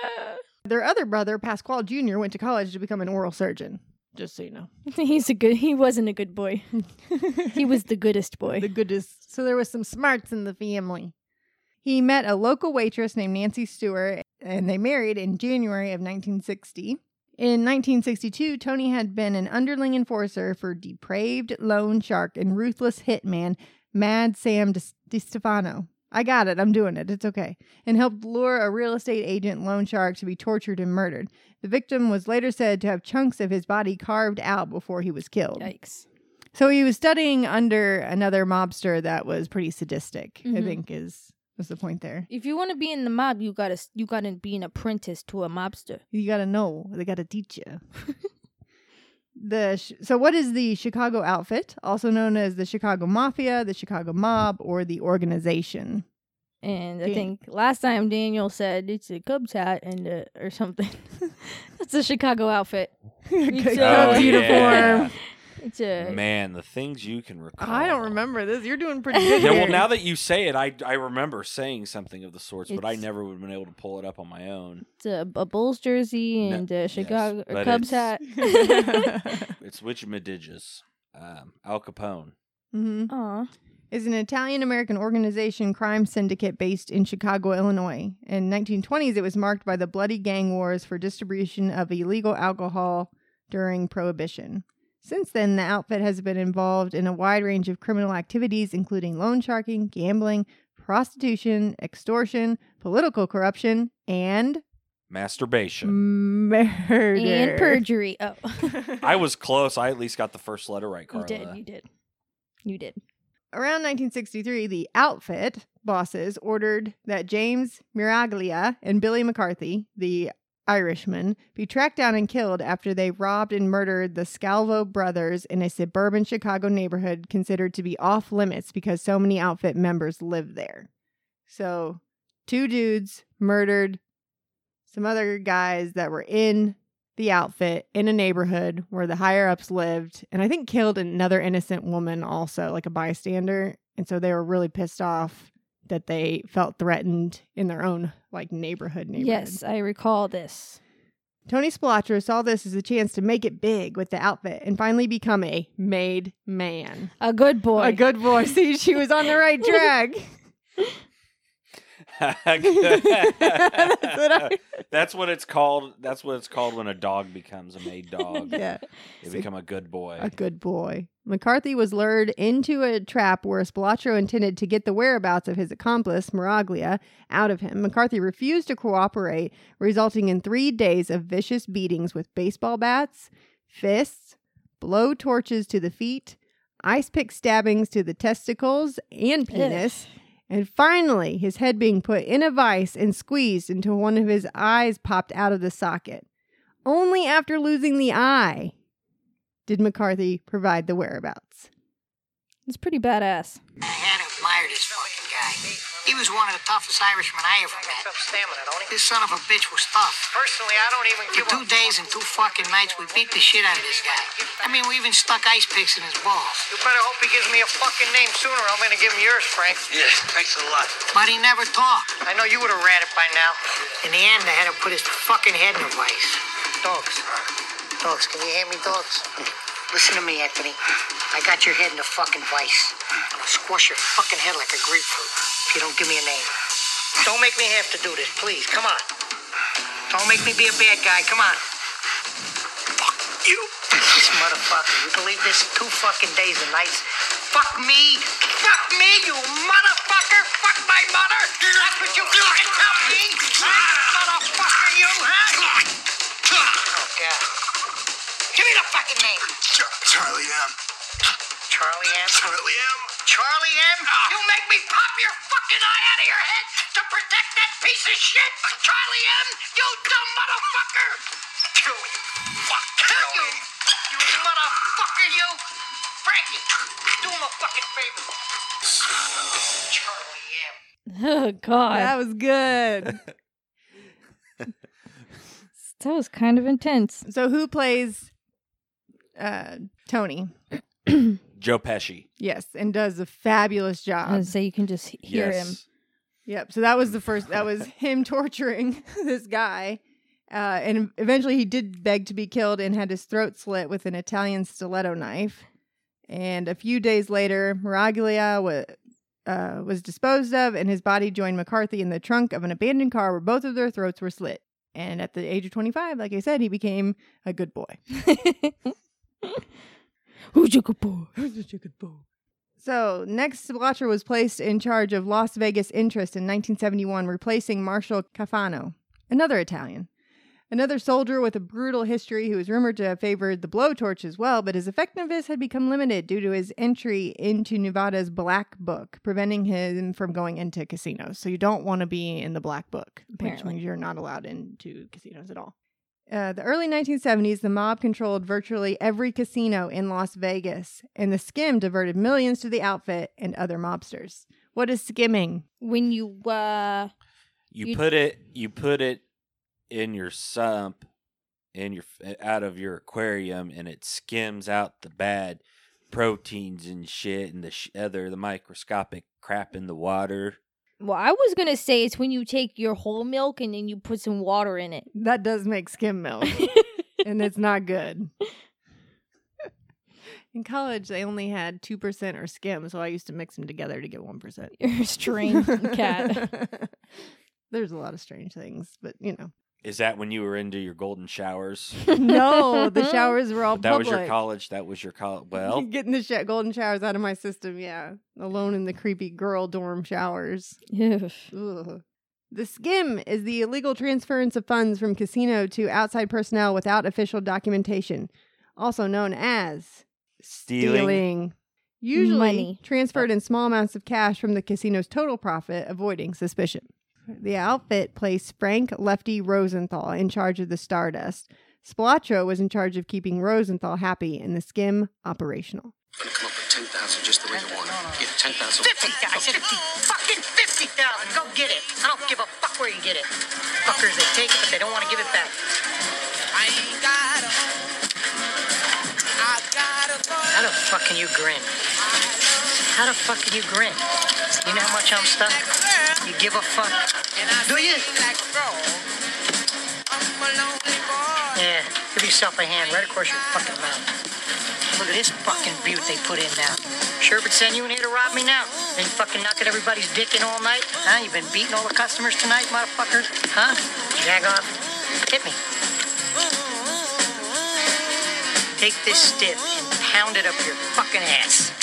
E: Their other brother, Pasquale Jr., went to college to become an oral surgeon. Just so you know.
D: he's a good. He wasn't a
B: [laughs]
D: good boy. He was the goodest boy.
E: the goodest. So there was some smarts in the family. He met a local waitress named Nancy Stewart, and they married in January of 1960. In 1962, Tony had been an underling enforcer for depraved loan shark and ruthless hitman Mad Sam Di DiStefano. I got it. I'm doing it. It's okay. And helped lure a real estate agent loan shark to be tortured and murdered. The victim was later said to have chunks of his body carved out before he was killed.
D: Yikes.
E: So he was studying under another mobster that was pretty sadistic. I
D: Mhm.
E: think is was the point there.
D: If you want to be in the mob, you gotta you gotta be an apprentice to a mobster.
E: You got to know. They got to teach [laughs] you. the sh- so what is the Chicago outfit, also known as the Chicago Mafia, the Chicago Mob, or the organization? [laughs]
D: And I
E: Dan-
D: think last time Daniel said it's a Cubs hat and uh, or something. [laughs] That's a Chicago outfit.
E: Cubs
D: Oh,
E: uniform.
D: It's a
B: Man, the things you can recall.
E: I don't remember this. You're doing pretty good.
B: Yeah, well,
E: here. [laughs]
B: now that you say it, I I remember saying something of the sorts, but I
D: It's-
B: never would have been able to pull it up on my own.
D: it's a, a Bulls jersey
B: No,
D: and a
B: yes,
D: Chicago or
B: but
E: [laughs]
D: Cubs hat.
B: it's- It's which Mediges? Um, Al Capone.
E: Mhm.
D: Aw,
E: is an Italian American organization crime syndicate based in Chicago, Illinois. In 1920s, it was marked by the bloody gang wars for distribution of illegal alcohol during Prohibition. Since then, the outfit has been involved in a wide range of criminal activities, including loan sharking, gambling, prostitution, extortion, political corruption, and
B: Masturbation.
E: murder.
D: and perjury.
E: [laughs]
D: Oh,
B: I was close. I at least got the first letter right,
D: you
B: Carla.
D: did,
B: [laughs]
E: [laughs]
D: you did, you did.
E: Around 1963, the outfit bosses ordered that James Miraglia and Billy McCarthy, the Irishman, be tracked down and killed after they robbed and murdered the Scalvo brothers in a suburban Chicago neighborhood considered to be off limits because so many outfit members lived there. So, two dudes murdered some other guys that were in the outfit in a neighborhood where the higher ups lived, and I think killed another innocent woman also, like a bystander. And so they were really pissed off that they felt threatened in their own like neighborhood. neighborhood.
D: Yes, I recall this.
E: Tony Spilatro saw this as a chance to make it big with the outfit and finally become a made man.
D: A good boy.
E: A good boy. See, she was on the right
D: [laughs]
E: track. [laughs]
D: [laughs]
E: I-
B: That's what it's called. That's what it's called when a dog becomes a maid dog.
E: [laughs] yeah.
B: They become a good boy.
E: A good boy. McCarthy was lured into a trap where Spilatro intended to get the whereabouts of his accomplice, Miraglia, out of him. McCarthy refused to cooperate, resulting in three days of vicious beatings with baseball bats, fists, blow torches to the feet, ice pick stabbings to the testicles and penis, and finally his head being put in a vice and squeezed until one of his eyes popped out of the socket. Only after losing the eye did McCarthy provide the whereabouts.
D: It's pretty badass.
F: I had admired this fucking guy. He was one of the toughest Irishmen I ever met. This son of a bitch was tough.
G: Personally, I don't even
F: For two days and two fucking nights, we beat the shit out of this guy. I mean, we even stuck ice picks in his balls.
G: You better hope he gives me a fucking name sooner. I'm gonna give him yours, Frank.
H: Yeah, thanks a lot.
F: But he never talked.
G: I know you would have rat it by now.
F: In the end, I had to put his fucking head in a vice.
G: Dogs.
F: Dogs, can you hear me, dogs? [laughs] Listen to me, Anthony. I got your head in a fucking vice. I'm gonna squash your fucking head like a grapefruit if you don't give me a name. Don't make me have to do this, please. Come on. Don't make me be a bad guy. Come on. Fuck you. [laughs] This motherfucker. You believe this? Two fucking days and nights. Fuck me. Fuck me, you motherfucker. Fuck my mother. That's what you fucking tell me. Huh? Motherfucker, you, huh? Oh, God. Give me the fucking name.
H: Charlie M.
F: Charlie M.
H: Charlie M. Ah.
F: Charlie M. You make me pop your fucking eye out of your head to protect that piece of shit. Charlie M. You dumb motherfucker. Kill you. Fuck. Kill you. You motherfucker. You. Frankie, do him a fucking favor. Charlie M.
D: Oh [laughs] God, that,
E: That was [laughs] good.
D: was kind of intense.
E: so who plays uh Tony?
B: Joe Pesci.
E: Yes, and does a fabulous
D: I
E: job.
D: would say you can just he- hear
B: yes.
D: him.
E: Yep. So that was the first that
D: [laughs]
E: was him [laughs] torturing this guy. Uh, and eventually he did beg to be killed and had his throat slit with an Italian stiletto knife. And a few days later, Miraglia was uh, was disposed of, and his body joined McCarthy in the trunk of an abandoned car where both of their throats were slit. And at the age of 25, like I said, he became a good
D: [laughs]
E: boy.
D: Who's your good boy?
E: So, next, Blotcher was placed in charge of Las Vegas interest in 1971, replacing Marshal Cafano, another Italian. Another soldier with a brutal history who was rumored to have favored the blowtorch as well, but his effectiveness had become limited due to his entry into Nevada's Black Book, preventing him from going into casinos. So, you don't want to be in the Black Book, which
D: Apparently.
E: means you're not allowed into casinos at all. Uh, the early 1970s, the mob controlled virtually every casino in Las Vegas, and the skim diverted millions to the outfit and other mobsters. What is skimming?
D: When you uh,
B: You,
D: You-
B: put it. You put it in your sump, in your out of your aquarium, and it skims out the bad proteins and shit, and the sh- other the microscopic crap in the water.
D: well, I was gonna say it's when you take your whole milk and then you put some water in [laughs] it.
E: That does make skim milk, [laughs] and it's not good. [laughs] In college, they only had 2% or skim, so I used to mix them together to get 1%.
D: You're a strange cat. [laughs]
E: [laughs] There's a lot of strange things, but you know.
B: Is that when you were into your golden showers?
E: [laughs] no, [laughs] the showers were all
B: that
E: public.
B: was your college. That was your college. Well,
E: [laughs] Getting the sh- golden showers out of my system, yeah. Alone in the creepy girl dorm showers. Ugh. The skim is the illegal transference of funds from casino to outside personnel without official documentation, also known as
B: stealing.
E: Usually
D: Money.
E: transferred in small amounts of cash from the casino's total profit, avoiding suspicion. The outfit placed Frank Lefty Rosenthal in charge of the Stardust. Spalatro was in charge of keeping Rosenthal happy and the skim operational.
H: I'm gonna come up with 10,000 just the way you want it. Yeah, 10,000.
G: 50,000. 50, fucking 50,000. Go get it. I don't give a fuck where you get it. Fuckers, they take it, but they don't want to give it back.
I: I ain't got a home. I got a phone.
G: How the fuck can you grin? How the fuck can you grin? You know how much I'm stuck?
I: Like a girl,
G: You give a fuck?
I: and I
G: Do you?
I: sing like a girl. I'm a lonely boy.
G: Yeah, give yourself a hand right across your fucking mouth. Look at this fucking butte they put in now. Sherbert sent you in here to rob me now. Been fucking knocking everybody's dick in all night? Huh? You been beating all the customers tonight, motherfucker? Huh? Jag off. Hit me. Take this stiff and pound it up your fucking ass.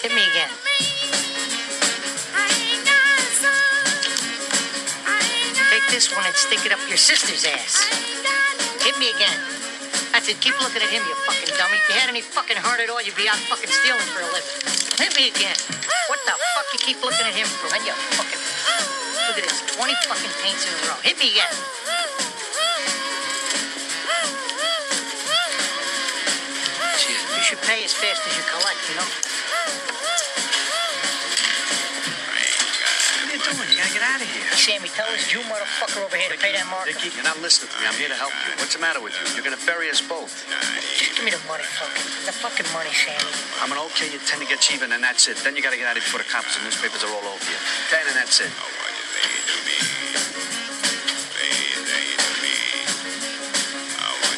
G: Hit me again. Take this one and stick it up your sister's ass. Hit me again. I said, keep looking at him, you fucking dummy. If you had any fucking heart at all, you'd be out fucking stealing for a living. Hit me again. What the fuck you keep looking at him for? Man, you fucking... Look at this. 20 fucking paints in a row. Hit me again. You should pay as fast as you collect, you know?
H: What are you doing? You gotta get out of here.
G: Sammy, tell this Jew motherfucker over here to pay that marker.
H: Dickie, you're not listening to me. I'm here to help you. What's the matter with you? You're gonna bury us both.
G: Just give me the money, fucking. The fucking money, Sammy.
H: I'm an okay, you tend to get even, and that's it. Then you gotta get out of here before the cops and newspapers are all over you. Then and that's it.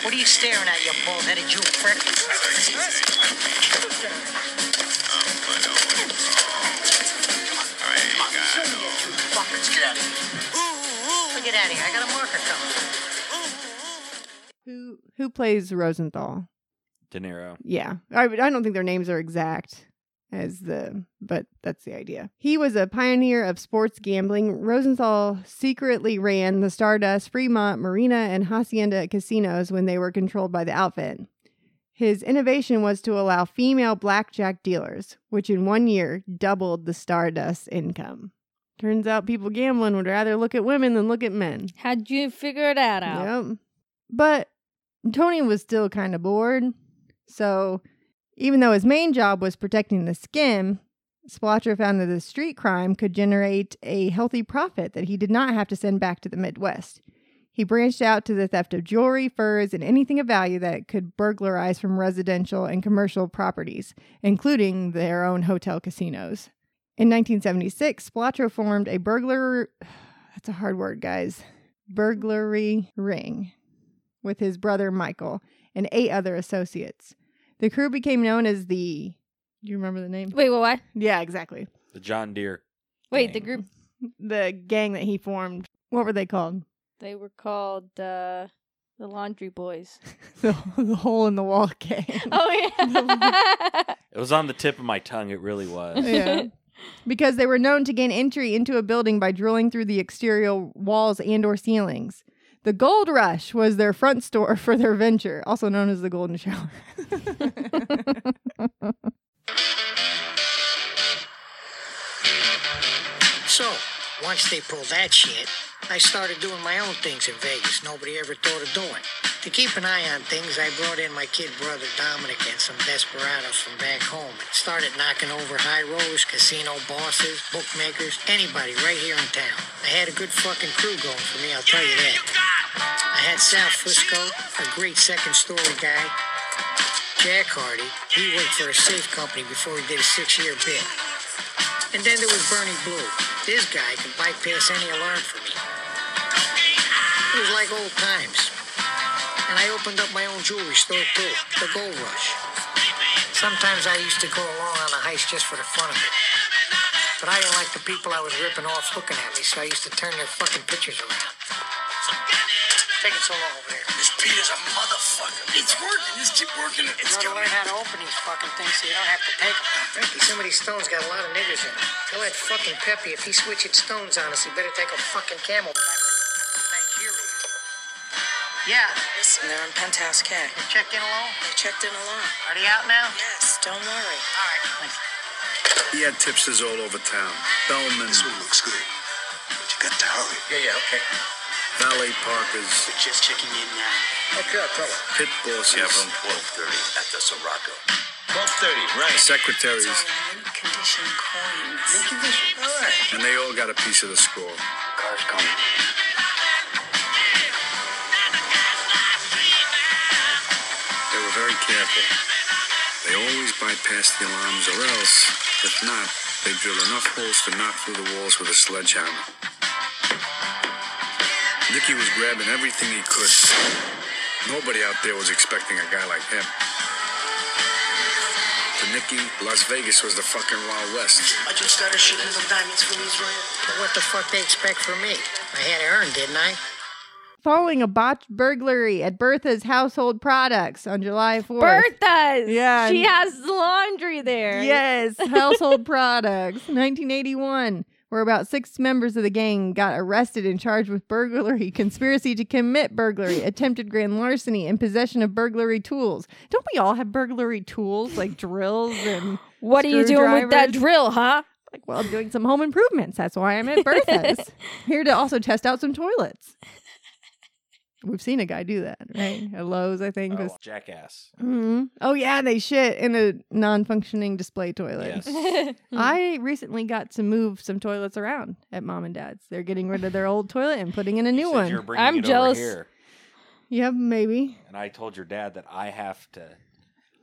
G: What are you staring at, you bald-headed Jew prick? Let's get out of here. I got a marker coming.
E: Who who plays Rosenthal?
B: De Niro.
E: Yeah, I I don't think their names are exact as the, but that's the idea. He was a pioneer of sports gambling. Rosenthal secretly ran the Stardust, Fremont, Marina, and Hacienda casinos when they were controlled by the outfit. His innovation was to allow female blackjack dealers, which in one year doubled the Stardust income. Turns out people gambling would rather look at women than look at men.
D: How'd you figure that out?
E: Yep. But Tony was still kind of bored. So even though his main job was protecting the skim, Splotcher found that the street crime could generate a healthy profit that he did not have to send back to the Midwest. He branched out to the theft of jewelry, furs, and anything of value that could burglarize from residential and commercial properties, including their own hotel casinos. In 1976, Splotro formed a burglar. [sighs] That's a hard word, guys. Burglary ring with his brother Michael and eight other associates. The crew became known as the. Do you remember the name?
D: Wait, what? what?
E: Yeah, exactly.
B: The John Deere.
D: Wait, the
B: Dang.
D: group
E: The gang that he formed. What were they called? [laughs]
D: they were called uh, the Laundry Boys.
E: The, the hole in the wall [laughs] gang.
D: Oh yeah.
B: It was on the tip of my tongue. It really
E: [laughs]
B: was.
E: Yeah. because they were known to gain entry into a building by drilling through the exterior walls and or ceilings. The Gold Rush was their front store [laughs] for their venture, also known as the Golden Shower. [laughs]
G: So, once they pulled that shit, I started doing my own things in Vegas nobody ever thought of doing. To keep an eye on things, I brought in my kid brother Dominic and some desperados from back home and started knocking over high rollers, casino bosses, bookmakers, anybody right here in town. I had a good fucking crew going for me, I'll tell you that. I had Sal Fusco, a great second story guy. Jack Hardy, he worked for a safe company before he did a six year bid. And then there was Bernie Blue. This guy could bypass any alarm for me. It was like old times. And I opened up my own jewelry store too, the Gold Rush. Sometimes I used to go along on a heist just for the fun of it. But I didn't like the people I was ripping off looking at me, so I used to turn their fucking pictures around. taking so long over there?
I: This Peter's a motherfucker. It's working. Just keep working it. It's
G: You
I: gonna
G: gotta learn how to open these fucking things so you don't have to take them.
F: Thank you.
G: Some of these stones got a lot of niggers in them. Tell that fucking Peppy if he switches stones on us, he better take a fucking camel back to Nigeria. Yeah.
I: Listen, they're on Penthouse K.
G: You checked in alone?
I: They checked in alone.
G: Are they out now?
I: Yes, don't worry.
G: All right.
J: He had tipsters all over town. Bellman,
I: This one looks good. But you got to hurry.
H: Yeah, yeah, okay.
J: valet parkers,
I: They're just checking in now.
H: Okay, I'll tell her.
J: pit bosses,
H: Yeah, from 12.30 at the Sirocco. 12.30, right.
J: secretaries,
I: mint condition coins.
H: All right.
J: and they all got a piece of the score.
H: Car's coming.
J: They were very careful. They always bypassed the alarms, or else, if not, they drill enough holes to knock through the walls with a sledgehammer. Nicky was grabbing everything he could. Nobody out there was expecting a guy like him. To Nicky, Las Vegas was the fucking Wild West.
I: I just started shipping the diamonds from Israel.
G: But what the fuck they expect from me? I had to earn, didn't I?
E: Following a botched burglary at Bertha's Household Products on July 4th.
D: Bertha's.
E: Yeah.
D: She has laundry there.
E: Yes, Household Products, 1981, where about six members of the gang got arrested and charged with burglary, [laughs] conspiracy to commit burglary, attempted grand larceny, and possession of burglary tools. Don't we all have burglary tools like drills and
D: What are you doing with that
E: Screwdrivers.
D: drill, [laughs] huh?
E: like? Well, I'm doing some home improvements. That's why I'm at Bertha's here to also test out some toilets. We've seen a guy do that, right? At Lowe's, I think.
B: Oh,
E: was-
B: jackass.
E: Mhm. Oh yeah, they shit in a non-functioning display toilet.
B: Mm.
E: I recently got to move some toilets around at mom and dad's. They're getting rid of their old toilet and putting in
B: [laughs]
E: a
B: You
E: new
B: said
E: one.
B: you were bringing
D: I'm
B: it over
D: jealous.
B: here,
E: Yep, maybe.
B: and I told your dad that I have to.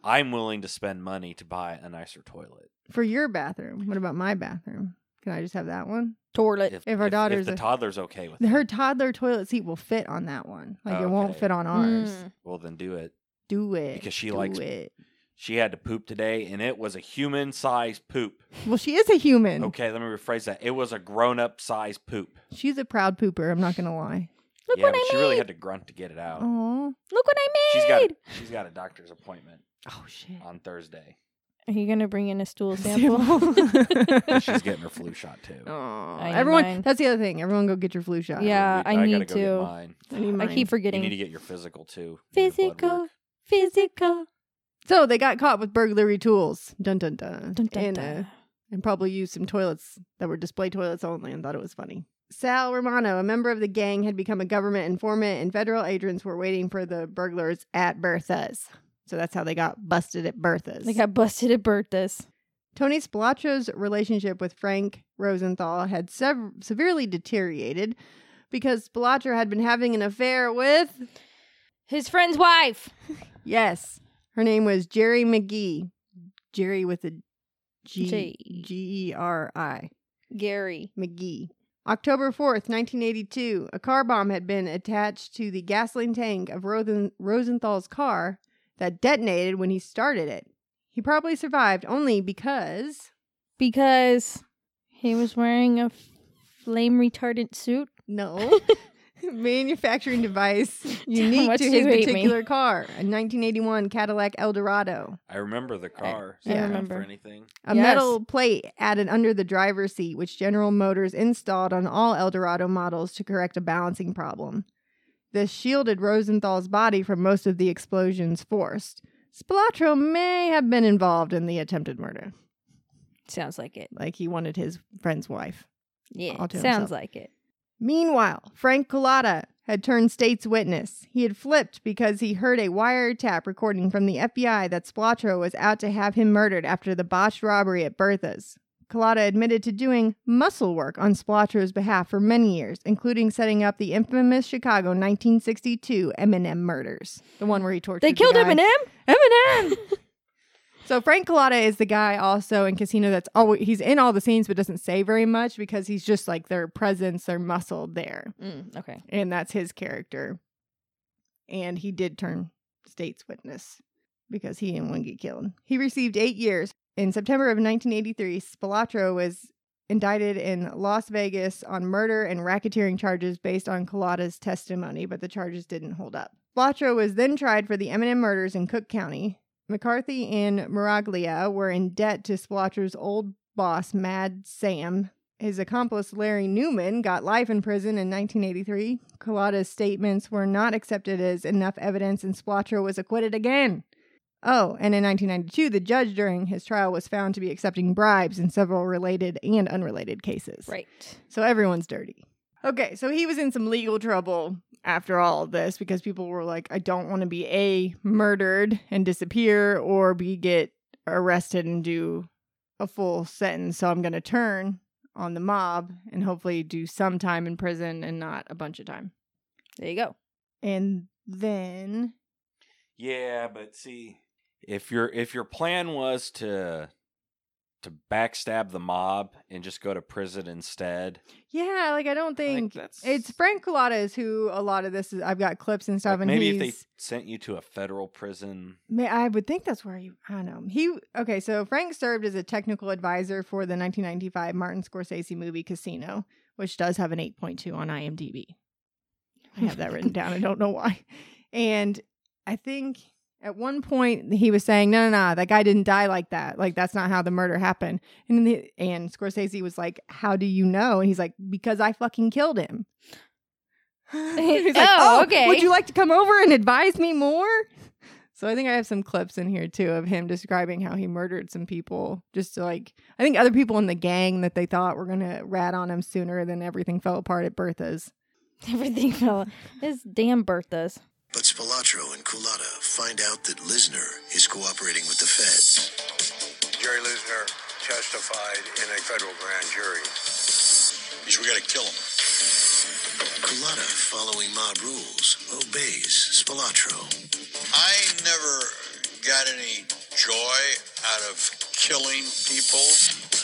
B: I'm willing to spend money to buy a nicer toilet.
E: For your bathroom. What about my bathroom? Can I just have that one?
D: Toilet.
B: If,
E: If our daughter's
B: the
E: a-
B: toddler's okay with
E: Her
B: it,
E: toddler toilet seat will fit on that one. Like it won't
B: Okay.
E: fit on ours.
D: Mm.
B: well then do it.
E: Do it.
B: Because she
E: Do
B: likes-
E: it.
B: She had to poop today, and it was a human-sized poop.
E: Well, she is a human.
B: Okay, let me rephrase that. It was a grown-up size poop.
E: She's a proud pooper, I'm not gonna lie.
D: Look
B: yeah,
D: what
B: but
D: I
B: she
D: made.
B: really had to grunt to get it out.
E: Oh.
D: Look what I
B: She's got
D: made.
B: she's got a doctor's appointment
E: Oh [laughs] shit.
B: on Thursday.
D: Are you gonna bring in
B: [laughs]
D: a stool sample? [laughs]
B: And
E: [laughs]
B: she's [laughs] getting her flu shot too.
E: Oh,
D: I need
E: everyone.
D: mine.
E: That's the other thing. Everyone, go get your flu shot.
D: yeah, I,
B: gotta
D: need
B: go
D: to.
B: Get mine.
E: I need
D: I
E: mine.
D: keep
B: You need
D: forgetting.
B: to get your physical too. and your blood
D: Physical.
B: work.
D: Physical.
E: So they got caught with burglary tools. Dun dun dun.
D: Dun, dun,
E: and,
D: dun.
E: uh, and probably used some toilets that were display toilets only and thought it was funny. Sal Romano, a member of the gang, had become a government informant, and federal agents were waiting for the burglars at Bertha's. So that's how they got busted at Bertha's.
D: They got busted at Bertha's.
E: Tony Spilaccio's relationship with Frank Rosenthal had sev- severely deteriorated because Spilaccio had been having an affair with
D: His friend's wife.
B: [laughs]
E: Yes. Her name was Jerry McGee. Jerry with a G
D: G.
E: G E R I.
D: Gary.
E: McGee. October 4th, 1982, a car bomb had been attached to the gasoline tank of Rosen- Rosenthal's car that detonated when he started it. He probably survived only because
D: Because he was wearing a f- flame retardant suit. [laughs]
E: no manufacturing device unique
D: much
E: to
D: do
E: his
D: you hate me.
E: particular car, a 1981 Cadillac Eldorado.
B: I remember the car.
D: I
B: so not
D: remember.
B: for anything.
E: A
D: Yes.
E: metal plate added under the driver's seat, which General Motors installed on all Eldorado models to correct a balancing problem. This shielded Rosenthal's body from most of the explosion's force. Spilatro may have been involved in the attempted murder,
D: Sounds like it.
E: like he wanted his friend's wife.
D: Yeah,
E: All
D: sounds
E: to himself.
D: like it.
E: Meanwhile, Frank Culotta had turned state's witness. He had flipped because he heard a wiretap recording from the FBI that Splatro was out to have him murdered after the botched robbery at Bertha's. Culotta admitted to doing muscle work on Splatro's behalf for many years, including setting up the infamous Chicago 1962 Eminem murders, the one where he tortured.
D: They
E: the
D: killed
E: guy.
D: Eminem.
E: Eminem. so Frank Colada is the guy also in Casino that's always he's in all the scenes but doesn't say very much because he's just like their presence, their muscle there,
D: [laughs] Mm, okay.
E: and that's his character. And he did turn state's witness because he didn't want to get killed. He received eight years in September of 1983. Spilatro was indicted in Las Vegas on murder and racketeering charges based on Colada's testimony, but the charges didn't hold up. Blatro was then tried for the Eminem murders in Cook County. McCarthy and Miraglia were in debt to Splatro's old boss, Mad Sam. His accomplice, Larry Newman, got life in prison in 1983. Colada's statements were not accepted as enough evidence, and Splatro was acquitted again. Oh, and in 1992, the judge during his trial was found to be accepting bribes in several related and unrelated cases.
D: Right.
E: So everyone's dirty. Okay, so he was in some legal trouble after all of this because people were like, I don't want to be A, murdered and disappear, or B, get arrested and do a full sentence. So I'm going to turn on the mob and hopefully do some time in prison and not a bunch of time.
D: There you go.
E: And then
B: Yeah, but see, if your if your plan was to to backstab the mob and just go to prison instead,
E: Yeah, like I don't
B: I think
E: think
B: that's
E: it's Frank Colada is who a lot of this is. I've got clips and stuff,
B: like,
E: and
B: maybe if
E: he's.
B: they sent you to a federal prison.
E: May, I would think that's where you. I don't know. He okay. So Frank served as a technical advisor for the 1995 Martin Scorsese movie Casino, which does have an 8.2 on IMDb. I have that written down. I don't know why. And I think at one point he was saying, "No, no, no, that guy didn't die like that. Like that's not how the murder happened." And the, and Scorsese was like, "How do you know?" And he's like, "Because I fucking killed him." [laughs] he's like,
D: Oh,
E: "Oh,
D: okay."
E: okay. Would you like to come over and advise me more?" So I think I have some clips in here too of him describing how he murdered some people just to like I think other people in the gang that they thought were gonna rat on him sooner than everything fell apart at Bertha's.
D: [laughs] Everything fell. This damn Bertha's.
K: But Spilatro and Culotta find out that Lisner is cooperating with the feds.
L: Jerry Lisner testified in a federal grand jury.
K: He's, we gotta kill him. Culotta, following mob rules, obeys Spilatro.
L: I never got any joy out of killing people.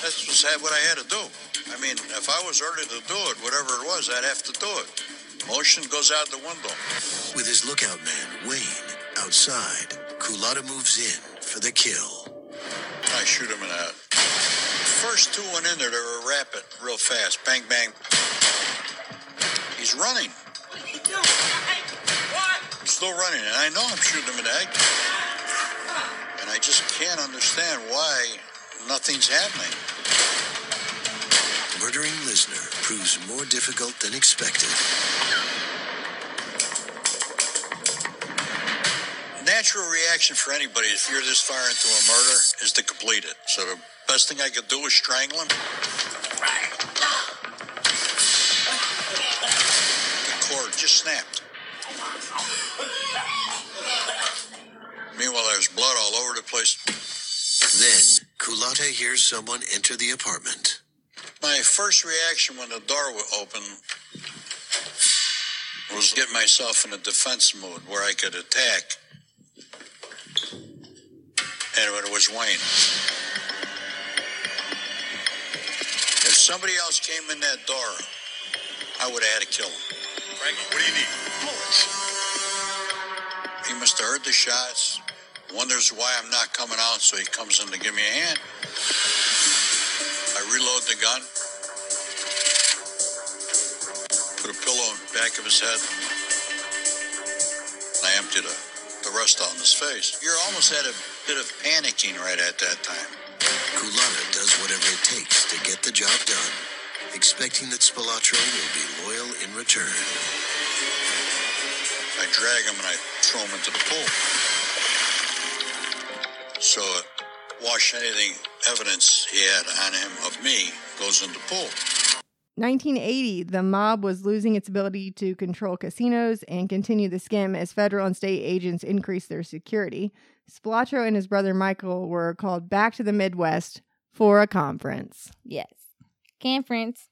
L: That's just had- what I had to do. I mean, if I was ordered to do it, whatever it was, I'd have to do it. Motion goes out the window.
K: With his lookout man, Wayne, outside, Culotta moves in for the kill.
L: I shoot him in the head. First two went in there, they were rapid, real fast. Bang, bang. He's running. I'm still running, and I know I'm shooting him in the head. And I just can't understand why nothing's happening.
K: Murdering Lisner proves more difficult than expected.
L: Natural reaction for anybody if you're this far into a murder is to complete it. So the best thing I could do is strangle him. The cord just snapped. Meanwhile, there's blood all over the place.
K: Then, Culotta hears someone enter the apartment.
L: My first reaction when the door was opened was get myself in a defense mode where I could attack. And it was Wayne. If somebody else came in that door, I would have had to kill him. Frank, what do you need? Bullets. He must have heard the shots, wonders why I'm not coming out, so he comes in to give me a hand. I reload the gun, put a pillow in the back of his head, and I emptied the the rest out in his face. You're almost at a bit of panicking right at that time.
K: Culotta does whatever it takes to get the job done, expecting that Spilatro will be loyal in return.
L: I drag him and I throw him into the pool. So it wash anything evidence he had on him of me goes in the pool.
E: 1980, the mob was losing its ability to control casinos and continue the scam as federal and state agents increased their security. Spilatro and his brother Michael were called back to the Midwest for a conference.
D: Yes. Conference.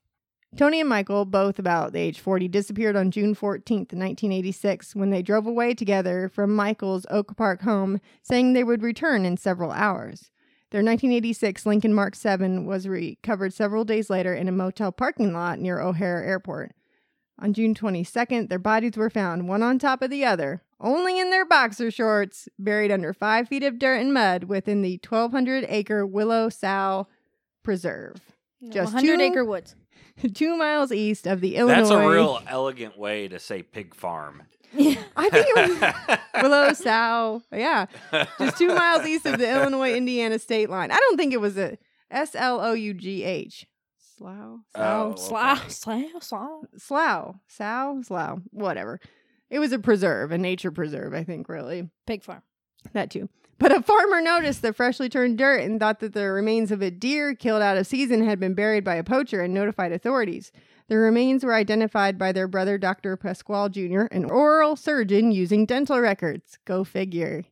E: Tony and Michael, both about the age 40, disappeared on June 14th, 1986, when they drove away together from Michael's Oak Park home, saying they would return in several hours. Their 1986 Lincoln Mark 7 was recovered several days later in a motel parking lot near O'Hare Airport. On June 22nd, their bodies were found, one on top of the other, only in their boxer shorts, buried under five feet of dirt and mud within the 1,200 acre Willow Sow Preserve. Just
D: 100
E: two-
D: acre [laughs] woods.
E: [laughs] two miles east of the Illinois.
B: That's a real elegant way to say pig farm.
E: [laughs] I think
B: [laughs]
E: it was Willow Sow. Yeah, just two miles east of the Illinois Indiana state line. I don't think it was a S L O U G H. Slough,
B: Uh,
D: Oh,
E: Sow,
D: Slough, Slough, Slough.
E: Slough, Sow, Slough, whatever. It was a preserve, a nature preserve, I think, really.
D: Pig farm.
E: That too. But a farmer noticed the freshly turned dirt and thought that the remains of a deer killed out of season had been buried by a poacher and notified authorities. The remains were identified by their brother, Dr. Pasquale Jr., an oral surgeon using dental records. Go figure.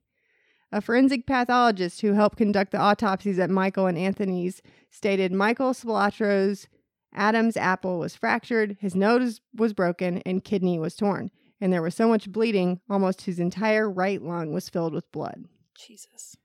E: A forensic pathologist who helped conduct the autopsies at Michael and Anthony's stated Michael Spilatro's Adam's apple was fractured, his nose was broken, and kidney was torn. And there was so much bleeding, almost his entire right lung was filled with blood.
D: Jesus.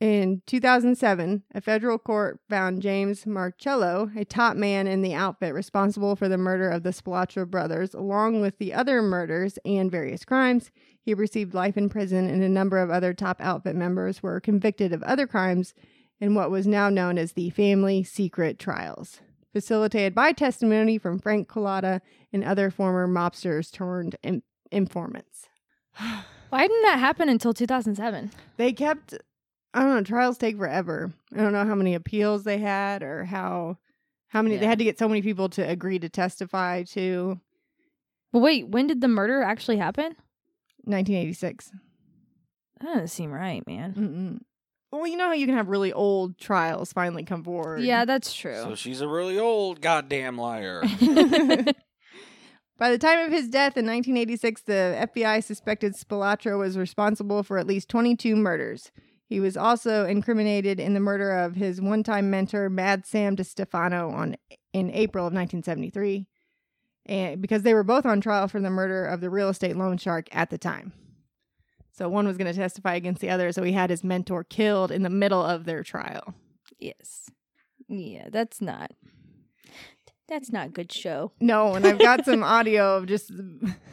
E: In 2007, a federal court found James Marcello, a top man in the outfit responsible for the murder of the Spilatro brothers, along with the other murders and various crimes. He received life in prison, and a number of other top outfit members were convicted of other crimes in what was now known as the Family Secret Trials, facilitated by testimony from Frank Collada and other former mobsters turned in- informants.
D: Why didn't that happen until 2007?
E: They kept I don't know, trials take forever. I don't know how many appeals they had or how how many they
D: Yeah.
E: had to get so many people to agree to testify to
D: But wait, when did the murder actually happen?
E: 1986.
D: That doesn't seem right, man.
E: Mm-mm. Well, you know how you can have really old trials finally come forward.
D: Yeah, that's true.
B: So
D: [laughs]
B: she's a really old goddamn liar.
E: By the time of his death in 1986, the FBI suspected Spilatro was responsible for at least 22 murders. He was also incriminated in the murder of his one-time mentor, Mad Sam DiStefano, on in April of 1973, and because they were both on trial for the murder of the real estate loan shark at the time. So one was going to testify against the other, so he had his mentor killed in the middle of their trial.
D: yes. Yeah, that's not. That's not good show.
E: No, and I've got
D: [laughs]
E: some audio of just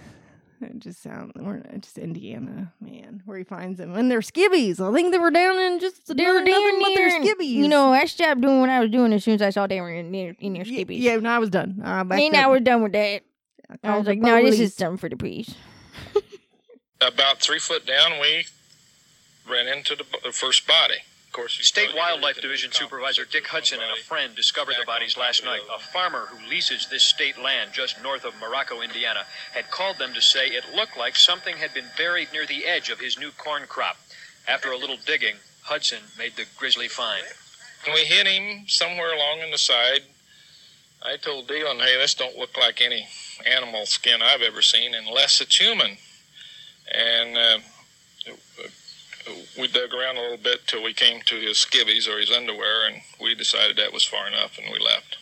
E: [laughs] it just sound we're just Indiana man where he finds them and they're skibbies. I think they were down in just
D: They were
E: doing nothing
D: down
E: but
D: near,
E: their skibbies.
D: you know, I stopped doing what I was doing as soon as I saw they were in near, in near
E: yeah,
D: skibbies.
E: yeah. No, I was done. uh, I backed
D: and I
E: up.
D: was done with that. I,
E: called
D: was
E: the
D: like, no, this
E: police."
D: is done for the police.
M: About three foot down, we ran into the, b- the first body. Of course,
H: State Wildlife Division Supervisor Dick Hudson and a friend discovered the bodies last night. A farmer who leases this state land just north of Morocco, Indiana, had called them to say it looked like something had been buried near the edge of his new corn crop. After a little digging, Hudson made the grisly find.
M: And we hit him somewhere along in the side. I told Dylan, hey, this don't look like any animal skin I've ever seen unless it's human. And uh, we dug around a little bit till we came to his skivvies or his underwear, and we decided that was far enough, and we left.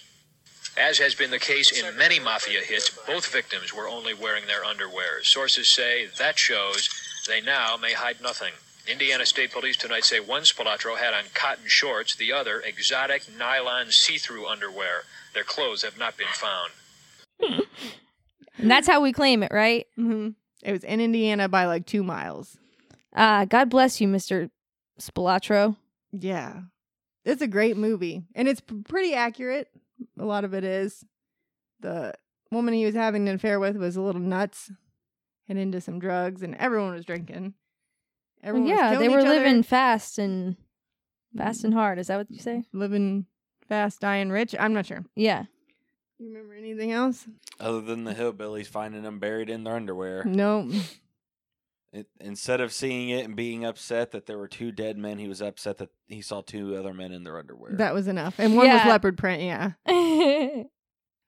H: As has been the case in many mafia hits, both victims were only wearing their underwear. Sources say that shows they now may hide nothing. Indiana State Police tonight say one Spilatro had on cotton shorts, the other exotic nylon see through underwear. Their clothes have not been found.
D: And that's how we claim it, right?
E: Mm-hmm. It was in Indiana by like two miles.
D: Uh, God bless you, Mr. Spilatro.
E: Yeah, it's a great movie and it's p- pretty accurate. A lot of it is. The woman he was having an affair with was a little nuts and into some drugs, and everyone was drinking. Everyone was
D: yeah,
E: killing
D: they were
E: each other.
D: living fast and fast and hard. Is that what you say?
E: living fast, dying rich. I'm not sure.
D: Yeah. [laughs]
E: You remember anything else?
B: Other than the hillbillies finding them buried in their underwear.
E: No.
B: It, instead of seeing it and being upset that there were two dead men, he was upset that he saw two other men in their underwear.
E: That was enough. And one was
D: Yeah.
E: leopard print, yeah.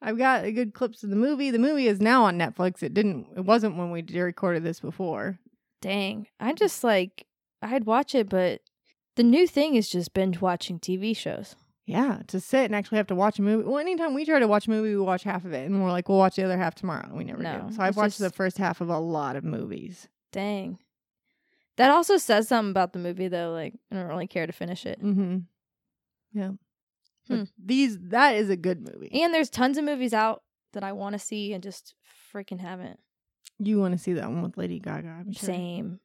E: I've got a good clips of the movie. The movie is now on Netflix. It didn't it wasn't when we d- recorded this before.
D: Dang. I just like I'd watch it, but the new thing is just binge watching TV shows.
E: Yeah, to sit and actually have to watch a movie. Well, anytime we try to watch a movie, we watch half of it and we're like, we'll watch the other half tomorrow. We never
D: No,
E: do. So I've
D: it's
E: watched the
D: just-
E: first half of a lot of movies.
D: Dang. That also says something about the movie though, like I don't really care to finish it.
E: Mm-hmm. Yeah. But
D: Hmm.
E: These that is a good movie.
D: And there's tons of movies out that I want to see and just freaking haven't.
E: You want to see that one with Lady Gaga? I'm sure.
D: Same.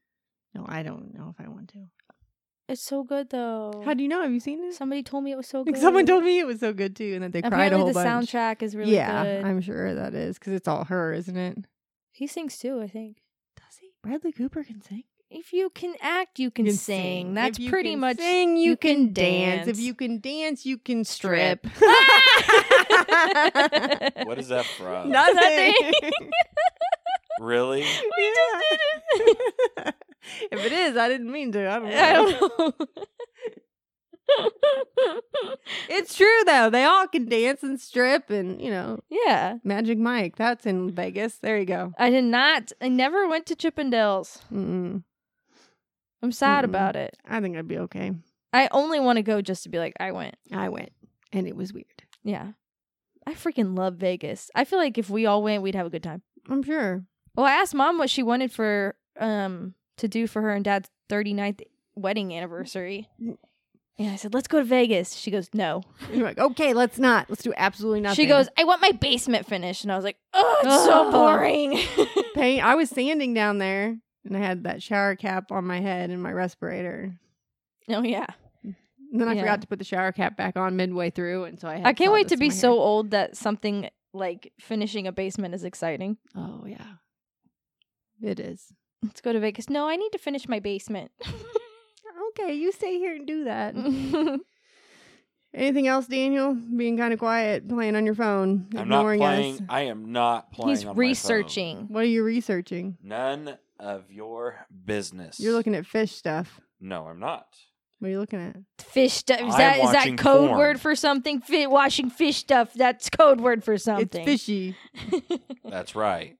E: No, I don't know if I want to.
D: It's so good though.
E: How do you know? Have you seen [laughs] it?
D: Somebody told me it was so good.
E: Like someone told me it was so good too, and that they cried a
D: Apparently
E: whole
D: the
E: bunch.
D: soundtrack is really
E: yeah,
D: good.
E: I'm sure that is because it's all her, isn't it?
D: He sings too, I think.
E: Does he? Bradley Cooper can sing.
D: If you can act, you can,
E: You
D: sing.
E: If
D: That's
E: you
D: pretty
E: can
D: much
E: Sing, you, can, dance. If
D: dance.
E: you can dance, you can strip.
D: [laughs]
E: [laughs]
B: What is that
E: [laughs]
B: from?
E: Nothing. [laughs]
B: Really?
E: we just did it. [laughs] if it is, I didn't mean to. I don't know.
D: I don't know.
E: [laughs]
D: [laughs]
E: It's true though. They all can dance and strip and, you know,
D: yeah.
E: Magic Mike. That's in Vegas. There you go.
D: I did not. I never went to Chippendales.
E: Mm-mm.
D: I'm sad
E: Mm-mm.
D: about it.
E: I think I'd be okay.
D: I only want to go just to be like, I went.
E: I went and it was weird.
D: Yeah. I freaking love Vegas. I feel like if we all went, we'd have a good time.
E: I'm sure.
D: Well, I asked mom what she wanted for um to do for her and dad's 39th wedding anniversary. And I said, "Let's go to Vegas." She goes, "No."
E: You're like, okay, let's not. Let's do absolutely nothing.
D: She goes, "I want my basement finished." And I was like, "Oh, it's so
E: Ugh.
D: boring." [laughs]
E: pain. I was sanding down there and I had that shower cap on my head and my respirator.
D: oh yeah.
E: And then I
D: Yeah.
E: forgot to put the shower cap back on midway through, and so I. Had
D: I can't wait to
E: sawdust in
D: be
E: my hair.
D: so old that something like finishing a basement is exciting.
E: Oh yeah, it is.
D: Let's go to Vegas. No, I need to finish
E: [laughs]
D: my basement.
E: Okay, you stay here and do
D: [laughs]
E: that. Anything else, Daniel? Being kind of quiet, playing on your phone,
B: I'm not
E: ignoring
B: playing.
E: us.
B: I am not playing.
D: He's
B: on my phone.
D: researching.
E: What are you researching?
B: None of your business.
E: You're looking at fish stuff.
B: No, I'm not.
E: [laughs] What are you looking at?
D: Fish stuff. Is
B: I'm
D: that is
B: watching
D: that code
B: porn.
D: word for something? Fi- washing fish stuff. That's code word for something.
E: It's fishy.
B: That's right.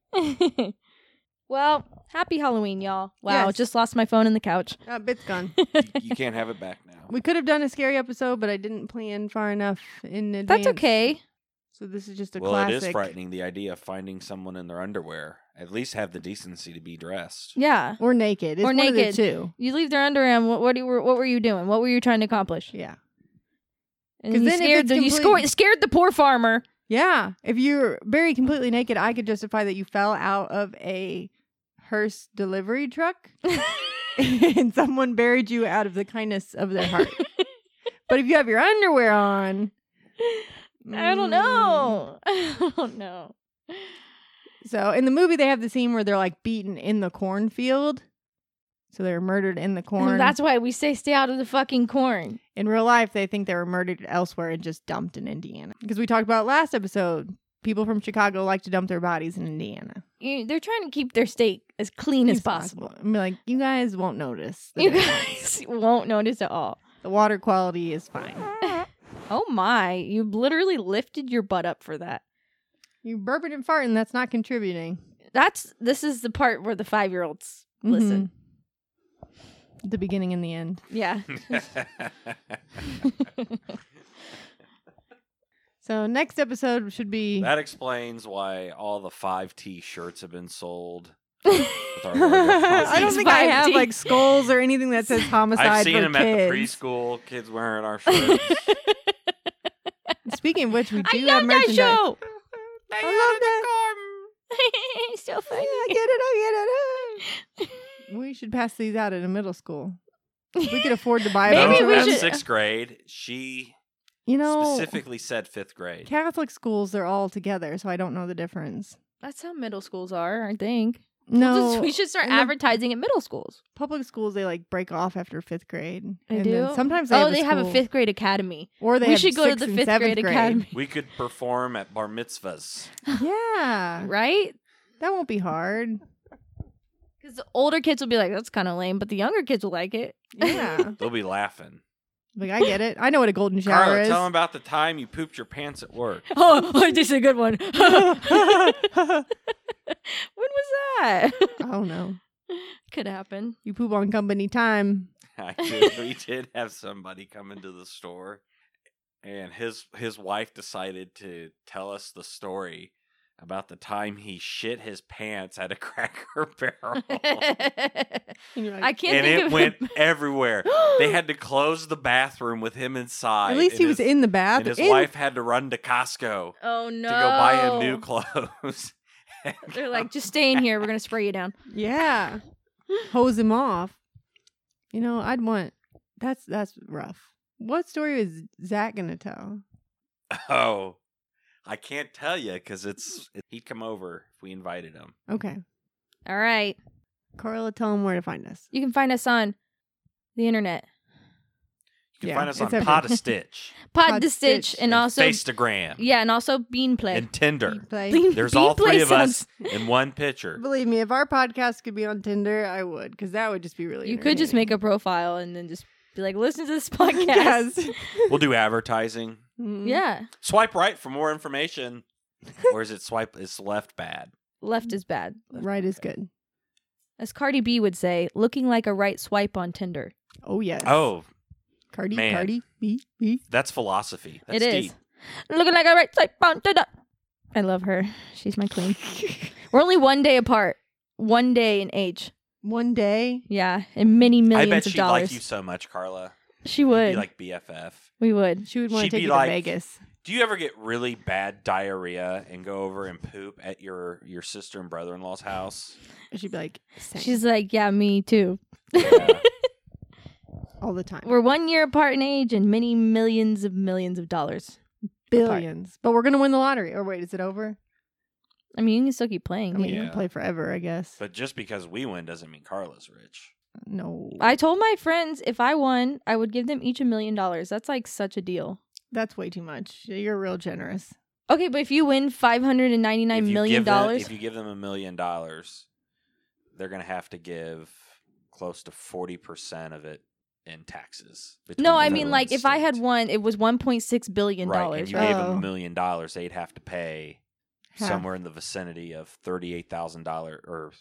D: [laughs] well, happy Halloween, y'all. Wow,
E: Yes.
D: just lost my phone in the couch.
E: Uh, bit's
D: [laughs]
E: gone.
B: You can't have it back now.
E: we could have done a scary episode, but I didn't plan far enough in advance.
D: That's okay.
E: So this is just a
B: well,
E: classic.
B: it is frightening. The idea of finding someone in their underwear. At least have the decency to be
E: [laughs]
B: dressed. [laughs]
D: Yeah.
E: Or naked. It's
D: or
E: one
D: naked.
E: Of the two.
D: You leave their underwear. on, What what, do you, what were you doing? What were you trying to accomplish?
E: Yeah.
D: And
E: 'Cause
D: you
E: then if
D: scared
E: it's
D: the, you
E: complete-
D: scored, scared the poor
E: [laughs]
D: farmer.
E: Yeah. If you're very completely naked, I could justify that you fell out of a hearse delivery truck [laughs] and someone buried you out of the kindness of their heart. but if you have your underwear on,
D: I don't
E: Mm.
D: know. [laughs] I don't know.
E: So in the movie, they have the scene where they're like beaten in the cornfield. So they were murdered in the corn.
D: And Mm, that's why we say stay out of the fucking corn.
E: in real life, they think they were murdered elsewhere and just dumped in Indiana. Because we talked about last episode, people from Chicago like to dump their bodies in Indiana
D: You, they're trying to keep their state as clean as possible.
E: And be like, you guys won't notice. the
D: You
E: difference.
D: guys [laughs] won't notice at all.
E: the water quality is fine.
D: Oh my, you literally lifted your butt up for that.
E: You burping and farting, that's not contributing.
D: That's this is the part where the 5-year-olds
E: Mm-hmm.
D: listen.
E: The beginning and the end. [laughs]
D: Yeah. [laughs]
E: So next episode should be [laughs]
B: that explains why all the five T shirts have been
E: [laughs]
B: sold. with our logo on
E: I don't
B: it.
E: think I have
D: 5D.
E: like skulls or anything
D: [laughs]
E: that says homicide
B: I've seen
E: for
B: them
E: kids.
B: at the preschool. Kids wearing our
E: [laughs]
B: shirts.
E: Speaking of which, we
D: I
E: do have
D: love that
E: merchandise. [laughs]
D: show.
E: I love that.
D: it's [laughs] so funny.
E: I get it. I get it. we should pass these out at a middle
D: [laughs]
E: school. If We could afford to buy a bunch
D: Maybe
E: of
D: we
E: them.
B: that's
D: should-
B: sixth grade. She
E: You know,
B: specifically said fifth grade.
E: Catholic schools they're all together, so I don't know the difference.
D: [laughs] That's how middle schools are, I think. We'll
E: No,
D: just- we should start
E: in the-
D: advertising at middle schools.
E: public schools they like break off after fifth grade.
D: I
E: And
D: do.
E: then Sometimes they
D: oh,
E: have a
D: they have a
E: school-
D: fifth grade academy.
E: or they
D: we
E: have
D: should go to
E: sixth
D: the
E: and
D: fifth
E: seventh
D: grade, academy,
B: we could perform at bar mitzvahs.
E: [laughs] yeah,
D: right?
E: that won't be hard.
D: Because the older kids will be like, "That's kind of lame," but the younger kids will like it. [laughs]
E: Yeah,
B: They'll be laughing.
E: like I get it. I know what a golden shower
B: Carla,
E: is.
B: tell them about the time you pooped your pants at work. [laughs]
D: oh, [laughs] this is a good one. when was that? [laughs]
E: oh no,
D: Could happen.
E: you poop on company time.
B: I did, we did have somebody come into the store, and his his wife decided to tell us the story about the time he shit his pants at a [laughs] Cracker
E: [laughs]
B: Barrel,
E: And you're like,
D: I can't
B: and
D: think
B: it
D: of
B: went everywhere. They had to close the bathroom with him inside.
E: At least
B: and
E: he was
B: his-
E: in the bath.
B: And his
E: in-
B: wife had to run to Costco
D: [gasps] Oh no!
B: to go buy him new clothes. [laughs] And
D: They're
B: come
D: like, just stay in here. We're gonna spray you down.
E: Yeah. Hose him off. You know, I'd want That's that's rough. What story is Zach gonna tell?
B: [laughs] Oh, I can't tell you because it's he'd come over if we invited him.
E: Okay,
D: All right.
E: Carla, tell him where to find us.
D: You can find us on the internet.
B: You can
E: Yeah,
B: find us on
E: it's everywhere. [laughs]
B: Pot a Stitch,
D: Pod
E: Pod
D: to Stitch,
E: Stitch.
D: and also
B: Instagram,
D: Yeah, and also Bean Play.
B: and Tinder.
E: Play. [laughs]
D: [laughs] Bean-
B: There's
D: Bean
B: all
D: Play
B: three of us
D: sounds-
B: in one picture.
E: Believe me, if our podcast could be on Tinder, I would, because that would just be really.
D: You could just
E: entertaining.
D: make a profile and then just be like, listen to
E: [laughs]
D: this [laughs] podcast.
B: We'll do advertising.
E: Mhm.
D: yeah.
B: Swipe right for more
E: [laughs]
B: information, or is it swipe is left bad?
D: Left is bad.
E: Right is good.
D: As Cardi B would say, looking like a right swipe on Tinder.
E: Oh yes.
B: Oh,
E: Cardi,
B: man.
E: Cardi, B, B.
B: that's philosophy. That's
D: it is.
B: deep.
D: Looking like a right swipe on Tinder. I love her. She's
B: [laughs]
D: my queen. We're only one day apart. One day in age.
E: One day,
D: Yeah. And many
B: I
D: millions
B: bet
D: of
B: she'd
D: dollars.
B: like you so much, Carla.
D: she
B: You'd
D: would.
B: be like BFF.
D: we would.
E: she would want
B: She'd
E: to
B: be
E: take you
B: like-
E: to Vegas.
B: Do you ever get really bad diarrhea and go over and poop at your your sister and brother in law's house?
E: She'd be like, same,
D: She's like, yeah, me too.
E: all the time.
D: [laughs] We're one year apart in age and many millions of millions of dollars.
E: billions, but we're gonna win the lottery. Or wait, is it over?
D: I mean, you can still keep
E: I
D: playing.
E: mean, we
B: Yeah.
E: can play forever, I guess.
B: But just because we win doesn't mean Carla's rich.
E: no,
D: I told my friends if I won, I would give them each a million dollars. That's like such a deal.
E: that's way too much. You're real generous.
D: Okay, but if you win five hundred and ninety
B: If
D: nine
B: you
D: million
B: give them-
D: dollars,
B: if you give them a million dollars, they're gonna have to give close to forty percent of it in taxes. between
D: no, I
B: federal
D: mean
B: and
D: like if I had
B: state.
D: won, it was one point six billion
B: right, and
D: dollars.
B: you
D: Right?
B: gave them
E: Oh.
B: a million dollars, they'd have to pay
E: Half.
B: somewhere in the vicinity of thirty eight thousand dollars or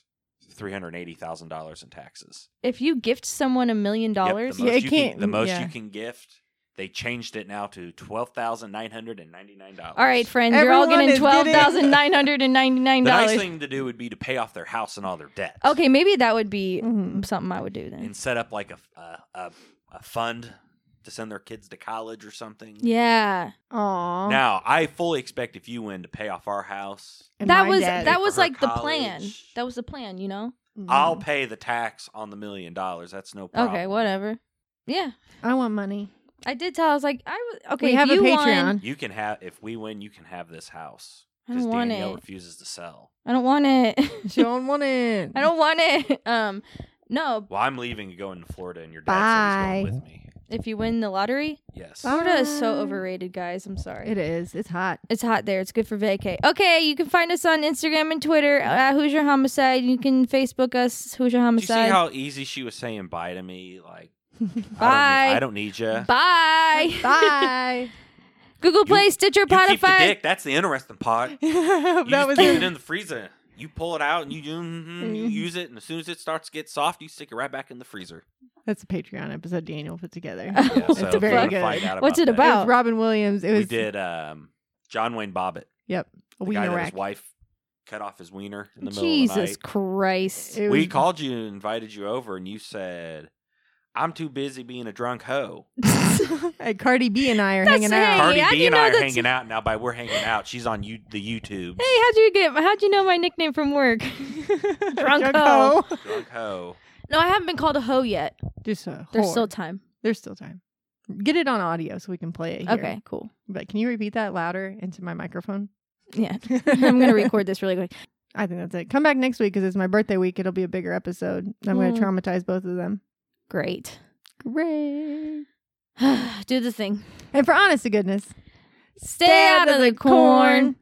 B: three hundred eighty thousand dollars in taxes.
D: If you gift someone a million
B: Yep,
D: dollars,
B: the
E: Yeah,
B: most,
E: it
B: you
E: can't-
B: can, the most
E: yeah.
B: you can gift. They changed it now to twelve thousand nine hundred and ninety nine dollars.
D: all right, friends, you're all
E: Everyone
D: getting
E: is
D: twelve
E: getting-
D: thousand nine hundred and ninety
B: The
D: nine
B: nice
D: dollars.
B: thing to do would be to pay off their house and all their debts.
D: Okay, maybe that would be
E: Mhm.
D: something I would do then.
B: and set up like a a, a a fund to send their kids to college or something.
D: Yeah,
E: Aw.
B: Now I fully expect if you win to pay off our house,
E: And
D: that
E: my
D: was
E: dad-
D: that
B: For
D: was
B: her
D: like the plan.
B: college.
D: That was the plan, you know.
E: Mhm.
B: I'll pay the tax on the million dollars. That's no problem.
D: Mm. [laughs] Okay, whatever. Yeah,
E: I want money.
D: I did tell. I was like, I was okay.
E: we
D: if
E: have a
D: you
E: Patreon.
D: Won,
B: You can have if we win, you can have this house
D: I
B: because
D: don't want
B: Danielle
D: it. [laughs]
B: refuses to sell.
D: I don't want it. [laughs]
E: She don't want it.
D: I don't want it. Um, no.
B: Well, I'm leaving and going to Florida, and your dad said he's going
E: Bye.
B: with me.
D: If you win the lottery,
B: Yes.
E: Oh.
D: Florida is so
E: Bye.
D: overrated, guys. I'm sorry.
E: It is. It's hot.
D: It's hot there. It's good for vacay. Okay, you can find us on Instagram and Twitter at Who's Your Homicide. You can Facebook us Who's Your
B: Did you see
D: Homicide.
B: how easy she was saying bye to me? Like,
D: [laughs] Bye.
B: I don't, need- I don't need you.
D: [laughs] Bye.
E: [laughs] Bye.
D: Google Play, Stitcher,
B: You keep the
D: Spotify.
B: dick. That's the interesting
D: [laughs]
B: part.
E: that
B: You just
E: was
B: keep it
E: it.
B: in the freezer. You pull it out and you, mhm, you
D: Mm.
E: Mhm.
B: use it, and as soon as it starts to get soft, you stick it right back in the
D: [laughs]
B: freezer.
E: [laughs] That's a Patreon episode Daniel put together. [laughs]
D: Yeah,
B: Yeah,
D: What
B: so
D: the
B: if you
E: very
B: wanna
E: good.
B: find out
D: What's it
B: that,
E: It
D: about?
E: was Robin Williams. It was
B: We did um, John Wayne Bobbitt, the
E: a
B: guy
E: wiener
B: that
E: rack.
B: his wife cut off his wiener in the middle of the
D: Jesus
B: night.
D: Christ.
E: It
B: we
E: was-
B: called you and invited you over, and you said, "I'm too busy being a drunk hoe."
E: And uh, Cardi B and I are
D: That's
E: hanging
D: Hey,
E: out.
B: Cardi
D: I
B: B
D: didn't
B: and
D: know
B: I are
D: that's-
B: hanging out now. By we're hanging out, she's on you the
D: [laughs]
B: YouTube
D: [laughs] Hey, how'd you get? How'd you know my nickname from [laughs] work? [laughs] Drunk hoe.
E: hoe.
B: drunk hoe.
D: No, I haven't been called a hoe yet.
E: Just a
D: There's still
E: whore.
D: time.
E: There's still time. Get it on audio so we can play it. Here.
D: Okay, cool.
E: But can you repeat that louder into my microphone? [laughs]
D: Yeah, [laughs] I'm gonna record this really quick.
E: I think that's it. Come back next week because it's my birthday week. It'll be a bigger episode. I'm going
D: Mm.
E: to traumatize both of them.
D: Great. [sighs] [laughs]
E: Great.
D: Do the thing.
E: And for honest to goodness,
D: Stay out of the corn.